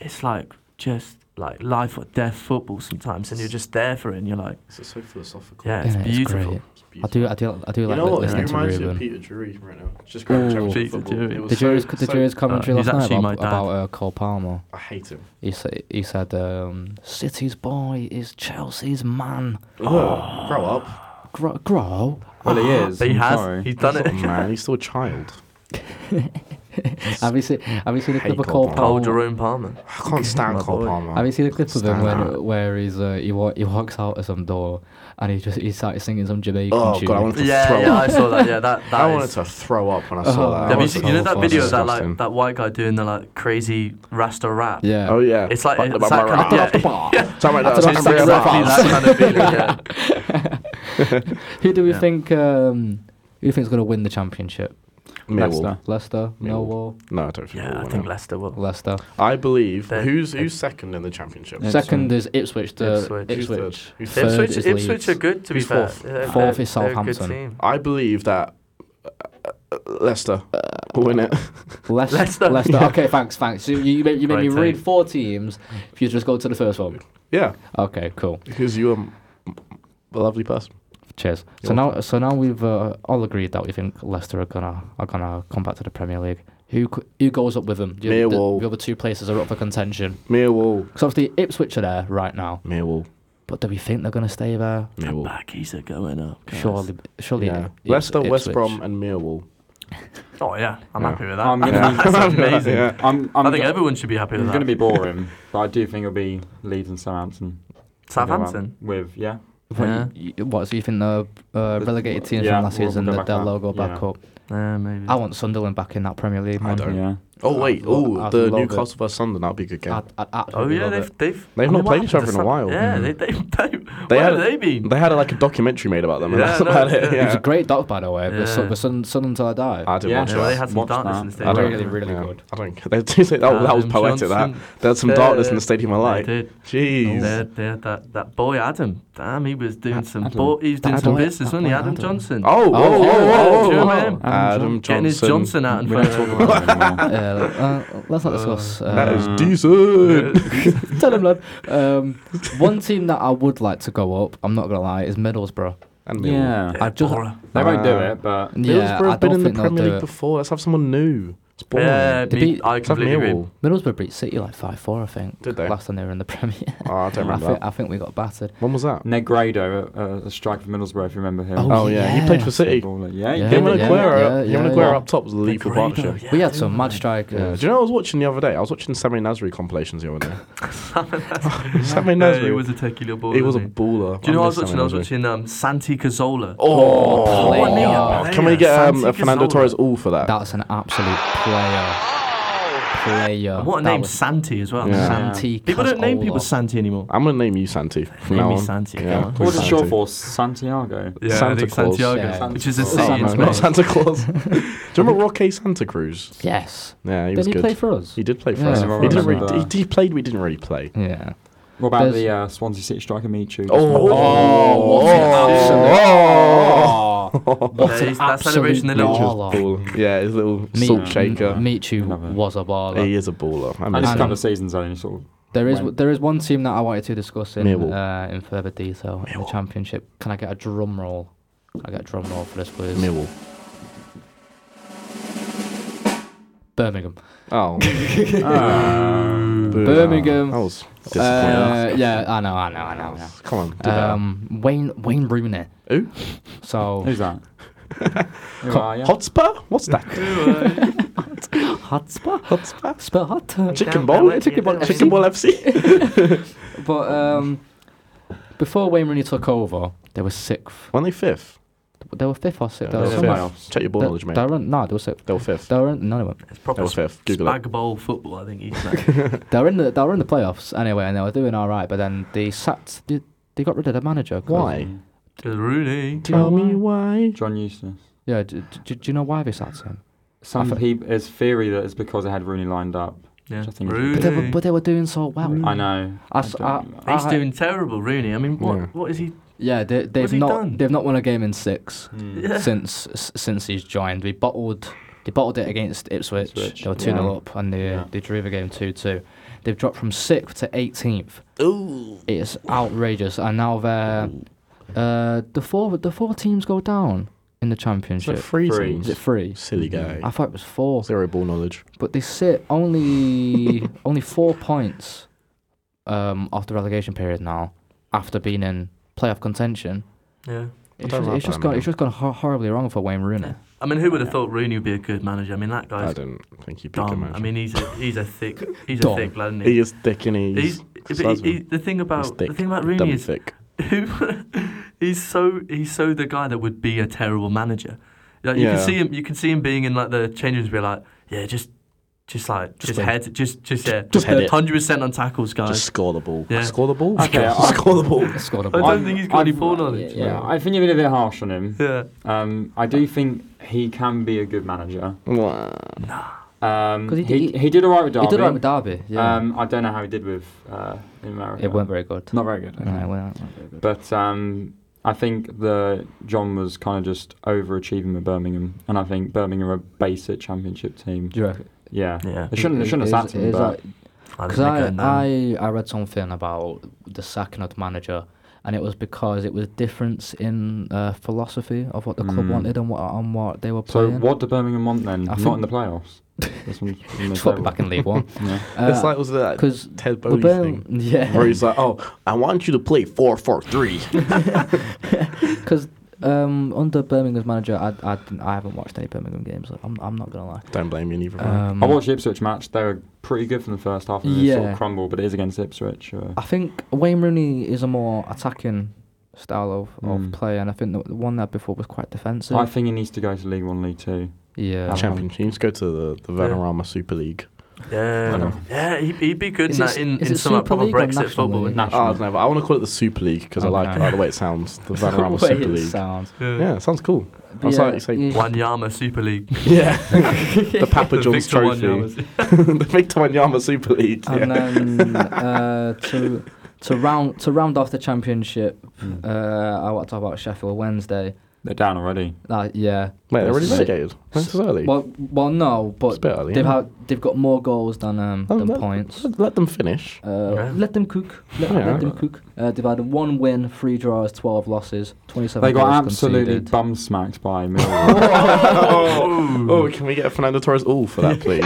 it's like just like life or death football sometimes, and you're just there for it, and you're like,
It's so philosophical.
yeah, it's
Yeah, it's
beautiful.
great.
It's
I
beautiful.
do, I do, I do
You
like
know what? It
listening to
reminds me of
Ruben.
Peter Drury right now. Just grabbing
Ooh.
championship
Peter
football.
Drury.
It was
The jury's,
so,
the
so-
jury's commentary
Uh, he's
last
actually my
night about,
dad.
about uh, Cole Palmer.
I hate him.
He said, he said um, City's boy is Chelsea's man.
Ugh, Grow up. Oh,
Grow, grow.
Well, he is.
But he
I'm
has,
sorry.
he's done it.
Man, he's still a child.
Have you seen? Have you seen the
Hey,
clip of
Cole
Cole
Paul
Palmer?
Jerome Palmer.
I can't stand
My
Cole
boy.
Palmer.
Have you seen the clip of him
Stand
when,
up.
where he's uh, he, wa- he walks out of some door and he just he started singing some Jamaican
Oh,
tune.
God, I wanted to
Yeah,
throw
yeah,
up.
I saw that. Yeah, that that
I
is-
wanted to throw up when I saw
Oh,
that.
Have
I
you,
was-
seen,
I
you know
was
that
so
video of that like
disgusting.
that white guy doing the like crazy Rasta rap?
yeah.
Oh yeah.
It's like-
Fuck
it's
the bum
like-
around.
yeah.
Fuck the bar. Sorry, no,
It's
it's
exactly
real bars.
that kind of feeling. Yeah.
Who do we
Yeah.
think? Um, who do you think's going to win the championship?
Millwall.
Leicester.
Leicester,
Millwall.
Millwall,
No, I don't think.
Yeah,
Millwall
I
win
think
it.
Leicester will.
Leicester.
I believe
They're-
who's who's second in the championship.
Ipswich.
Second is Ipswich. The
Ipswich.
Ipswich.
Who's third?
Third
Who's third?
Ipswich,
is
Ipswich are
Leeds.
good to be
Who's
fair.
fourth?
They're-
Fourth is
they're a good
Southampton.
team.
I believe that uh, uh, Leicester will win it.
Leicester. Leicester.
Leicester.
Okay, thanks, thanks. You, you, made- you made me
Great take.
read four teams. If you just go to the first one.
yeah,
Okay, cool.
because you're m- a lovely person.
Cheers. So
You're
now, so now we've uh, all agreed that we think Leicester are gonna are gonna come back to the Premier League. Who c- who goes up with them? The, the-
Millwall.
The, other two places are up for contention.
Millwall.
Because obviously Ipswich are there right now,
Millwall.
but do we think they're gonna stay there?
Millwall.
Baggies are going up. guys.
Surely, surely.
Yeah.
Ips-
Leicester, West
Ipswich.
Brom, and Millwall.
Oh yeah, I'm happy with that.
I'm gonna be-
That's amazing.
Yeah.
I'm, I'm
I think
go-
everyone should be happy
I'm
with
going to
that.
be boring, but I do think it'll be Leeds and Southampton.
Southampton.
With, yeah.
What,
Yeah.
you- you- what, so you think the uh, relegated teams
yeah,
from last
we'll
season
go
that
back
their
up.
logo back
Yeah.
up?
Yeah, maybe.
I want Sunderland back in that Premier League. Man.
don't.
Yeah.
Oh wait,
I'd lo-
oh
I'd
the
love it.
Newcastle versus Sunderland. That'd be a good game.
I'd, I'd
Oh
absolutely
yeah,
love
they've
it.
they've
They've not
I mean, what
played each
happened
other in
to
a
Sun-
while.
Yeah,
Mhm.
they they they.
They
Where
had-
have they been?
They had like a documentary made about them, and
Yeah,
that's
no,
about it.
yeah.
It was a
Yeah.
great doc, by the way. The sun,
Yeah.
the sun, sun until I die.
I didn't
Yeah.
watch
Yeah,
it.
well, they had some
Watch
darkness
that.
in the
I
stadium.
don't-
really, really good.
I don't. They do say that, that was
Adam
poetic. That
Johnson.
they had some
Yeah,
darkness in
yeah.
the stadium of light.
They did.
Jeez.
They had, they had that, that boy Adam. Damn, he was doing some
Adam.
bo- he was doing
That
some
boy-
business,
that
wasn't he?
boy
Adam,
Adam.
Johnson.
Oh,
Oh,
oh,
yeah,
oh,
do you
oh,
remember him?
oh. Adam Johnson.
Getting his Johnson out in
We're
front
not
of
talking
everyone.
about him
Uh,
anymore.
uh, let's not discuss. Uh,
That
Mm.
is decent.
Tell him, lad. Um, one team that I would like to go up, I'm not gonna lie, is Middlesbrough.
And Millwall.
Yeah.
I just,
Borough.
They won't do
Uh,
it, but
yeah,
Middlesbrough
I
have been
don't
in the
think they'll
Premier
do
League
it.
before. Let's have someone new. It's boring.
Yeah,
They
me-
beat-
I
Except
completely agree.
Millwall.
Middlesbrough beat City like five four, I think.
Did they?
Last time they were in the Premier.
Oh, I don't
I
remember.
think,
that.
I think we got battered.
When was that?
Negredo, uh, a, a striker for Middlesbrough, if you remember him.
Oh,
Oh yeah, he played for City. Him
Baller. Yeah, he
Yeah.
did,
and
yeah.
Aguero,
yeah,
him
yeah,
and Aguero
yeah.
up top was a lethal
Negredo,
partnership.
yeah.
we had some mad
Yeah.
strikers.
Uh, Do you know what I was watching the other day? I was watching Sammy Nasri compilation the other day. Sammy Nasri.
he was a techie little boy.
He was a
wasn't
baller.
Do you know what I was
miss
watching?
Sammy
I was
Nasri.
watching um, Santi Cazorla.
Oh,
player.
player.
can we get um,
Santi
a Fernando
Cazorla.
Torres all for that?
That's an absolute player. Player.
What a
That
name,
was
Santi as well.
Yeah.
Santi.
People don't name
Cazorla.
people Santi anymore.
I'm gonna name you Santi. From
Name
now
me
on.
Santi,
Yeah,
come on.
What was it
Santi.
short for? Santiago.
Yeah,
Santa
I think
Claus.
Santiago,
Yeah.
which is a
Santa
city
Oh,
in
no,
Spain.
not Santa Claus. Do you remember Roque Santa Cruz?
Yes.
Yeah, he
Did
was
he
good.
play for us?
He did play for
Yeah,
us.
I
He didn't
remember
really.
that.
He, he played. We didn't really play.
Yeah.
What about
There's-
the uh, Swansea City striker, Michu?
oh,
Yeah, he's- that celebration they
Absolute
don't
baller.
Baller. Yeah, his little
Me-
salt shaker.
M- Michu
Another.
was a baller.
He is a baller. I
And
mean,
it's a couple
And-
of seasons only, sort of.
There is
Went.
there is one team that I wanted to discuss in
Millwall.
uh, in further detail in the championship. Can I get a drum roll? Can I get a drum roll for this, please?
Millwall.
Birmingham.
Oh, Boo.
Um, Birmingham.
That was disappointing.
Uh, yeah, I know, I know, I know. I know.
Come on. do better.
Um, Wayne Wayne Rooney.
Who?
So
Who's that? Who are you?
Hotspur? What's that?
Hotspur,
Hotspur?
Spell hot.
Chicken ball?
Chicken ball
Chicken ball FC?
But um, before Wayne Rooney took over, they were sixth.
Weren't they fifth?
They were fifth or sixth. they
They were
were
Yeah,
fifth.
somewhere.
somewhere else.
Check your ball
They-
knowledge, mate.
They were no, they were sixth.
They were fifth.
They were in, no, they weren't.
It's
They
proper
were fifth. Google it.
spag bowl football, I think he's like.
They were in the they were in the playoffs anyway, and they were doing all right. But then they sacked. They, they got rid of the manager. 'cause-
Why?
Rooney.
Do you know why?
why.
John Eustace.
Yeah. Do, do, do you know why they sacked him?
Some
I thi-
people, it's theory that it's because they had Rooney lined up.
Yeah.
Which I think is
Rooney.
But they, were, but they were doing so well.
I know.
I
I
s-
don't
I-
know.
He's
I-
doing terrible, Rooney. I mean, what
Yeah.
what is he?
Yeah, they, they've
What's he
not
done?
they've not won a game in six
Hmm.
Mm.
Yeah.
since s- since he's joined. We bottled they bottled it against Ipswich.
Ipswich,
They were two
yeah.
0 up, and they
Yeah.
they drew the game two two. They've dropped from sixth to eighteenth.
Ooh.
It's outrageous, and now they're uh, the four the four teams go down in the
Is that
championship.
three
Three.
teams?
Is it three?
Silly guy.
I thought it was four,
Zero ball knowledge.
but they sit only only four points um, off the relegation period now, after being in playoff contention.
Yeah.
It's
don't
just,
like
it's
that,
just gone.
man.
It's just gone hor- horribly wrong for Wayne Rooney.
I mean, who would have thought Rooney would be a good manager? I mean, that
I
guy's
don't think he'd be a good
dumb.
manager.
I mean, he's a he's a thick he's a
Dumb.
thick lad, isn't
he
he?
is thick and he's,
He's, but he, he, the thing
he's
about
thick,
the thing about
dumb
Rooney is
thick.
who he's so he's so the guy that would be a terrible manager. Like, You
Yeah.
can see him. You can see him being in like the change rooms, be like, yeah, just, just like, just,
win.
head, just, just yeah,
just head it.
hundred percent on tackles, guys.
Just score the ball.
Yeah.
Score the ball.
Okay, I-
score the ball.
Scored a
I
ball.
don't think he's got any
I'm-
ball knowledge. Yeah,
Yeah, I think you've been a bit harsh on him.
yeah.
Um, I do think he can be a good manager.
Uh,
Wah.
Um,
'Cause he
he,
did-
he,
he-
did all right with Derby.
He did right with Derby. Yeah,
Um, I don't know how he did with uh, in America.
it weren't very good.
Not very good.
No,
okay.
it weren't- weren't very good.
But um, I think the John was kind of just overachieving with Birmingham, and I think Birmingham are a basic championship team.
Do you reckon?
Yeah,
Yeah.
They shouldn't, they shouldn't have sacked him. But
I
Because I, I, I read something about the sacking of the manager, and it was because it was difference in uh, philosophy of what the club
Mm.
wanted and what on what they were
so
playing.
what do Birmingham want then?
I
Not
think-
in the playoffs. This one's in the
Just put me
table.
back in League One. Uh,
Yeah.
it's like was that
because
Ted Bowley
Burn,
thing. Where
yeah,
he's like, oh, I want you to play 4 4 3.
because um, under Birmingham's manager, I, I, didn't- I haven't watched any Birmingham games. so I'm, I'm not gonna lie.
Don't blame you, neither. man.
Um,
I watched the Ipswich match. They were pretty good from the first half, and they sort
Yeah.
of crumbled. But it is against Ipswich. Uh,
I think Wayne Rooney is a more attacking style of,
Mm.
of play, and I think the the one that before was quite defensive.
I think he needs to go to League One, League Two.
yeah,
Champion teams go to the, the Vanarama Super League.
yeah, yeah, he'd, he'd be good
Is
in that
it-
in,
is
in
it
some like,
Super
proper
League or
Brexit
National
football.
League?
wouldn't it?
National.
Oh, no, but I want to call it the Super League because I like
Okay.
oh, the way it sounds. The Vanarama
way
Super
it
League.
sounds.
Yeah, it sounds cool. I was
Yeah,
like, you say,
yeah.
Wanyama Super League.
yeah. the Papa
The
John's
Victor
Trophy.
Wanyama.
the Victor Wanyama Super League.
And
Yeah.
then uh, to to round to round off the championship,
Mm.
uh, I want to talk about Sheffield Wednesday.
They're down already.
Uh, yeah.
Mate, they're already
Si-
relegated. That's early.
Well, well, no,
It's a
but
bit early,
they've
yeah.
had, they've got more goals than um,
Oh,
than
let-
points.
let- Let them finish.
Uh,
Yeah.
Let them cook. Let,
Oh, Yeah.
let them cook. Uh, they've had one win, three draws, twelve losses, twenty-seven.
They got
goals
absolutely
conceded.
bum smacked by Millwall.
oh, oh, can we get a Fernando Torres all for that, please?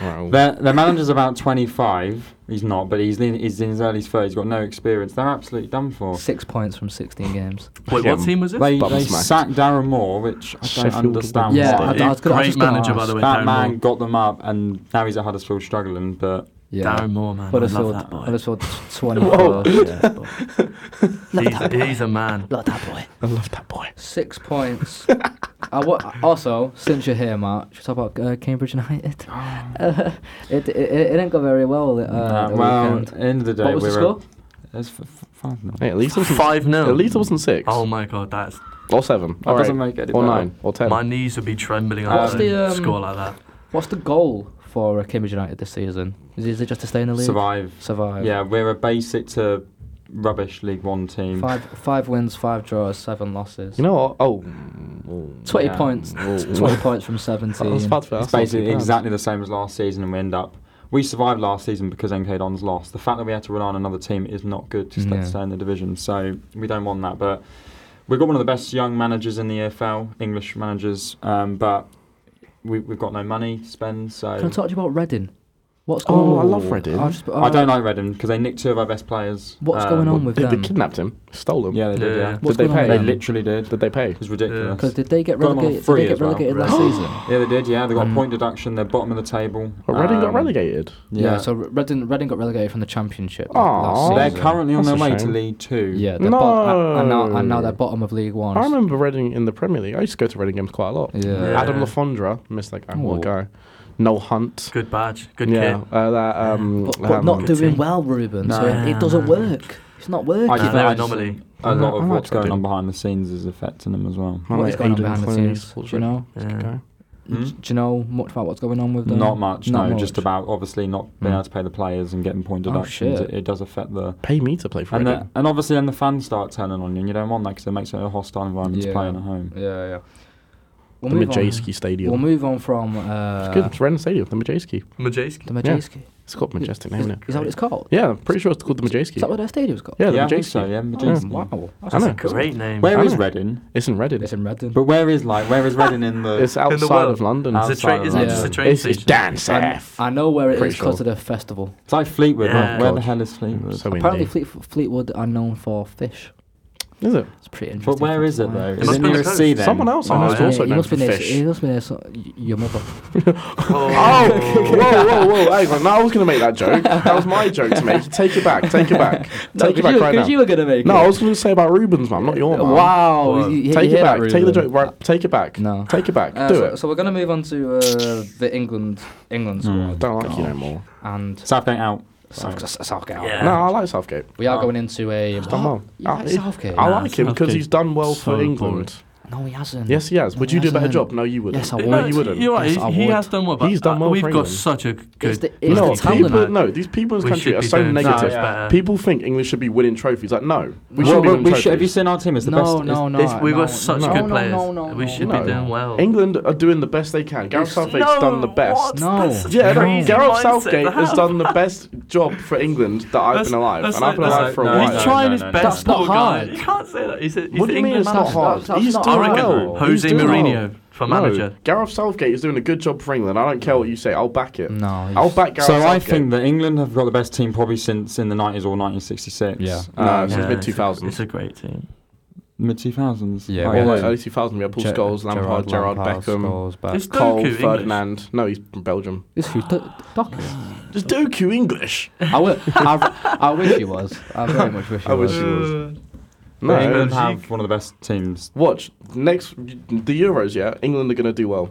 wow.
Their, their manager's about 25. He's not, but he's in, he's in his early 30s. He's got no experience. They're absolutely done for.
six points from sixteen games.
Wait,
Yeah,
what team was it?
They,
Bum
they
smacked.
sacked Darren Moore, which I
Sheffield
don't understand
Yeah,
why.
I, I was gonna, I was
Great
just gonna
manager,
ask.
by the way.
that
Darren
man
Moore.
got them up, and now he's at Huddersfield struggling. But
Yeah.
Darren Moore, man. I love
Huddersfield,
that boy.
Huddersfield twenty-four. yeah, but-
He's, he's a man.
Love that boy.
I love that boy.
Six points. I wa- also, since you're here, Mark, should we talk about uh, Cambridge United? Uh, it, it it didn't go very well. Uh,
uh,
the
well,
weekend.
at the end of the day,
what was
we
the
were.
score?
It's f- f- five nil.
Hey, at least it wasn't
5
At
0.
least it wasn't six.
Oh my god, that's.
Or seven.
That
All right.
doesn't make any
Or
better.
nine. Or ten.
My knees would be trembling on
What's the,
a
um,
score like that.
What's the goal for uh, Cambridge United this season? Is, is it just to stay in the league?
Survive.
Survive.
Yeah, we're a basic to rubbish League One team.
Five five wins, five draws, seven losses.
You know what? Oh.
twenty
Yeah.
points. Twenty points from seventeen.
It's basically exactly the same as last season, and we end up. We survived last season because MK Dons lost. The fact that we had to rely on another team is not good to stay,
No.
stay in the division, so we don't want that. But we've got one of the best young managers in the EFL, English managers, um, but we, we've got no money to spend, so.
Can I talk to you about Reading? What's going
Oh,
on?
I love Reading.
I'll just- oh,
I don't like Reading because they nicked two of our best players. uh,
What's going on with
They, they
them?
kidnapped him. Stole him.
Yeah, they did,
Yeah.
yeah.
What's
Did they
going on
pay?
with
They
them?
literally did.
Did they pay?
It was ridiculous.
Because did they get
Got them on
relegated? Did
free
they get
as well.
relegated
Right.
last season?
Yeah, they did, yeah. They got
Um, Oh,
a point deduction, they're bottom of the table.
But Reading got
Um,
relegated.
Yeah. so Reading Reading got relegated from the championship.
Aw.
last
They're
season.
currently on
That's
their
a
way to
shame.
League Two.
Yeah, they're bo- and, now, and now
No.
they're bottom of League One.
I remember Reading in the Premier League. I used to go to Reading games quite a lot.
Yeah.
Yeah.
Adam Lafondra, missed that guy.
Ooh.
What a guy. Noel Hunt.
Good badge. Good
yeah.
kid.
Uh, that, um,
But, but
um,
not
Good
doing
team.
well, Ruben. so
Nah.
it, it doesn't work. It's not working.
I
Nah,
just
they're
think
anomaly.
A lot
I'm
of
not
what's going
joking.
on behind the scenes is affecting them as well.
my
What
mate
is going on
Aidan
behind the
Clooney
scenes?
supports
Do you
Reading.
know?
He's a good
Yeah.
guy.
Hmm?
Do you know much about what's going on with them?
Not much,
Not
no.
much.
Just about obviously not being
Mm.
able to pay the players and getting point
Oh,
deductions.
shit.
it, it does affect the
Pay me to play for
and,
Reading.
the and obviously then the fans start turning on you, and you don't want that because it makes it a hostile environment
Yeah.
to playing at home.
Yeah, yeah.
The
We'll move on.
Majeski
We'll
Stadium.
move on from uh,
It's good. It's Reading Stadium. The Majeski.
Majeski.
the Majeski.
It's got a
Is,
majestic name in it.
is that what it's called?
Yeah, I'm pretty sure it's called the
Is
Majeski.
that what their stadium's called?
Yeah, the
Yeah, I think
Majeski.
so. Yeah,
Oh,
Majeski.
wow. That's
I know.
a cool-
Great name.
Where
I
is
know.
Reading?
It's in Reading.
It's
It's,
in Reading.
But where is like where is Reading in the?
outside
world.
of London.
It's a
outside
train,
of
isn't it?
London.
Just a
Yeah.
train
It's, it's
station.
Dan
I,
Saf.
I know where it
Pretty
is because
sure.
of the festival.
It's like Fleetwood.
Yeah.
Where
God.
the hell is Fleetwood?
So
Apparently,
windy.
Fleet, Fleetwood are known for fish.
Is it?
It's pretty interesting.
but where is it
festival.
though?
It
Is
must
it
be on
near a
the coast.
sea then?
Someone else I
Oh,
know is
yeah,
also
it
known
must
for
be near,
fish.
It must be near so, y- your mother.
Oh, whoa, whoa, whoa! Hang on. No, I was going to make that joke. That was my joke to make. Take it back. Take it back. Take it back right now.
you were gonna make
No, I was going to say about Ruben's mum, not your mum.
Wow. you- you
Take
hear
it
that,
back. Take the
Ruben?
joke. Right. Take it back.
No.
Take it back.
Uh,
Do
so,
it.
so we're gonna move on to uh, the England
Hmm.
England squad
Don't like you no more.
and
Southgate out.
South, South- Southgate.
Yeah.
No, I like Southgate.
We are going into a.
Done well.
Oh, You like
I-
Southgate?
I
Nah,
like him because
Southgate.
he's done well
So
for England.
boring.
No, he hasn't.
Yes, he has. Would
No,
you do a better
hasn't.
job? No, you wouldn't.
Yes, I
No,
would.
you wouldn't.
You're right.
Yes,
he-
I
he
would.
has done well, but
He's done
uh,
well
we've
for
got
England.
such a
It's
good.
the,
You
it's
know
the
what?
talent.
People, no, these people in
We
this country
should
are
be
so
doing
negative.
things better.
People think England should be winning trophies. Like, no, we should be
Well,
winning
we
trophies.
should- have you seen our team? It's the
No,
best.
no,
it's-
no.
It's- we've
no,
got such
no,
good
no,
players.
No, no,
we
no,
should
no.
be doing well.
England are doing the best they can. Gareth Southgate's done the best.
No. That's
Yeah, no,
crazy
Gareth
mindset
Southgate
to
has
have.
done the best job for England that I've
That's-
been alive,
that's
and I've
like-
been
that's
alive
like-
for a
no,
while.
He's
no,
trying
no,
his
no, no.
best,
That's not
poor guy.
hard.
You can't say that. He's, a, he's
What do
the
you mean
England
it's not
manager.
hard?
That's-
He's
that's
doing
I reckon
well.
Jose
He's doing
Mourinho
well.
for
No,
manager.
Gareth Southgate is doing a good job for England. I don't care what you say. I'll back it.
No, he's-
I'll back Gareth
So I
Southgate.
think that England have got the best team probably since in the 90s or 1966.
Yeah.
No,
Um,
since
Yeah,
mid
it's a- It's
2000s.
a great team.
Mid 2000s.
Yeah,
Oh,
well,
Or
yeah.
like early 2000s, we had Paul
Ger-
Scholes, Lampard, Gerard,
Lampard,
Beckham,
Scholes, Beck-
It's
Cole,
Doku, English.
Ferdinand. No, he's from Belgium.
It's who? Do- Doc?
Just Doku English.
I, wi- I, I wish he was. I very much wish he
I
was.
wish he was.
But
No.
England have one of the best teams.
Watch next the Euros. Yeah, England are going to do well.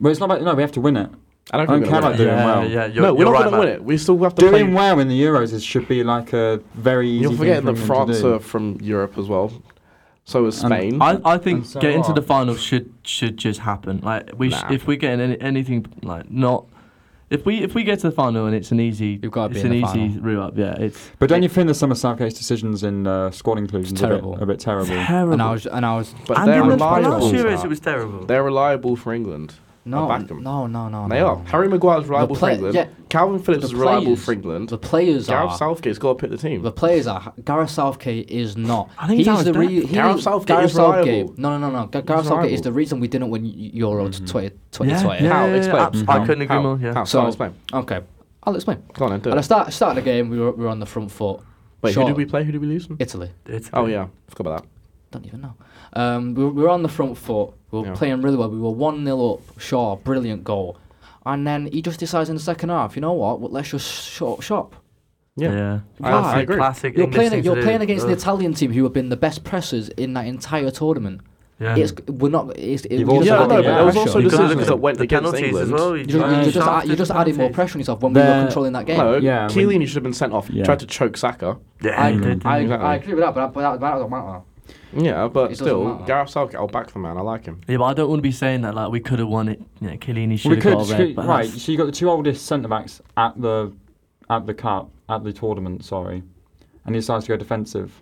Well, it's not about no. We have to win it.
I don't think
I don't
we're gonna
care
win
Doing
yeah,
well.
Yeah, you're,
it. No, we're
you're
not
right,
going to
Matt.
win it. We still have to play.
Doing well in the Euros is, should be like a very easy.
You're
thing
forgetting
for
that
England to
France
do.
are from Europe as well. So is
And-
Spain.
I, I think
And so
getting to
are.
the final should should just happen. Like we sh-
Nah.
if we're getting any, anything like not If we if we get to the final and it's an easy,
You've gotta be
it's
in
an
the
easy
final.
route up. Yeah, it's
But don't you think that some of Southgate's decisions in uh, squad inclusions are a bit,
terrible.
a bit terrible?
terrible.
And I was, and I was,
But
And
they're
in the
reliable.
last year it was terrible.
They're reliable for England.
no,
I back 'em.
no, no, no.
They
no.
are. Harry Maguire's reliable
play-
for England.
yeah.
Calvin Phillips
The
is reliable
players-
for England.
The players
Gareth
are.
Southgate's got to pick the team.
The players are. Gareth Southgate is not.
I think he's out of
the
depth.
reason.
Gareth Southgate is reliable.
No, no, no, no. Ga- Gareth Southgate is
reliable. Mm-hmm.
the reason we didn't win Euro 20,
Yeah,
2020.
yeah,
How?
yeah, yeah,
Explain.
abs-
How?
I couldn't agree
How?
more. Yeah.
How?
So,
Go on, explain.
Okay, I'll explain.
Go on, then, do
At the
it.
start, start of the game, we were, we were on the front foot.
Wait, who
Short-
did we play? Who did we lose? From?
Italy.
It's-
Oh yeah, forgot about that.
Don't even know. Um, we, were, we were on the front foot. We were
Yeah.
playing really well. We were 1 0 up. Shaw, brilliant goal. And then he just decides in the second half, you know what? Well, let's just short shop.
Yeah.
Yeah.
Ah, I- I
Classic-
agree.
Classic
You're
English thing
playing.
to
You're
do.
playing against an
Ugh.
Italian team who have been the best pressers in that entire tournament.
Yeah.
It's we're not. It's, it,
You've
you're
also
just
Yeah, I
got
adding
know,
the
but
more
there was
pressure.
also
You gotta
decisions
look at
that went
the
against
penalties
England.
as well. You
You're,
try
you're
and
just,
shaft
add- you're
the
just adding more
penalties.
pressure on yourself when we were
The-
controlling that game.
No,
Yeah, I mean-
Keelan, you should have been sent off.
Yeah.
Tried to choke Saka.
Yeah,
I,
you
agree-
did.
I,
Exactly.
I agree with that, but, that, but that, that doesn't matter.
Yeah, but
It doesn't
still,
matter.
Gareth Southgate, I'll back the man. I like him.
Yeah, but I don't want to be saying that. Like we could have won it. You know, Chiellini should
we
have
could,
got a
screw-
red. But
right.
that's-
So you got the two oldest centre backs at the at the cup at the tournament. Sorry, and he decides to go defensive.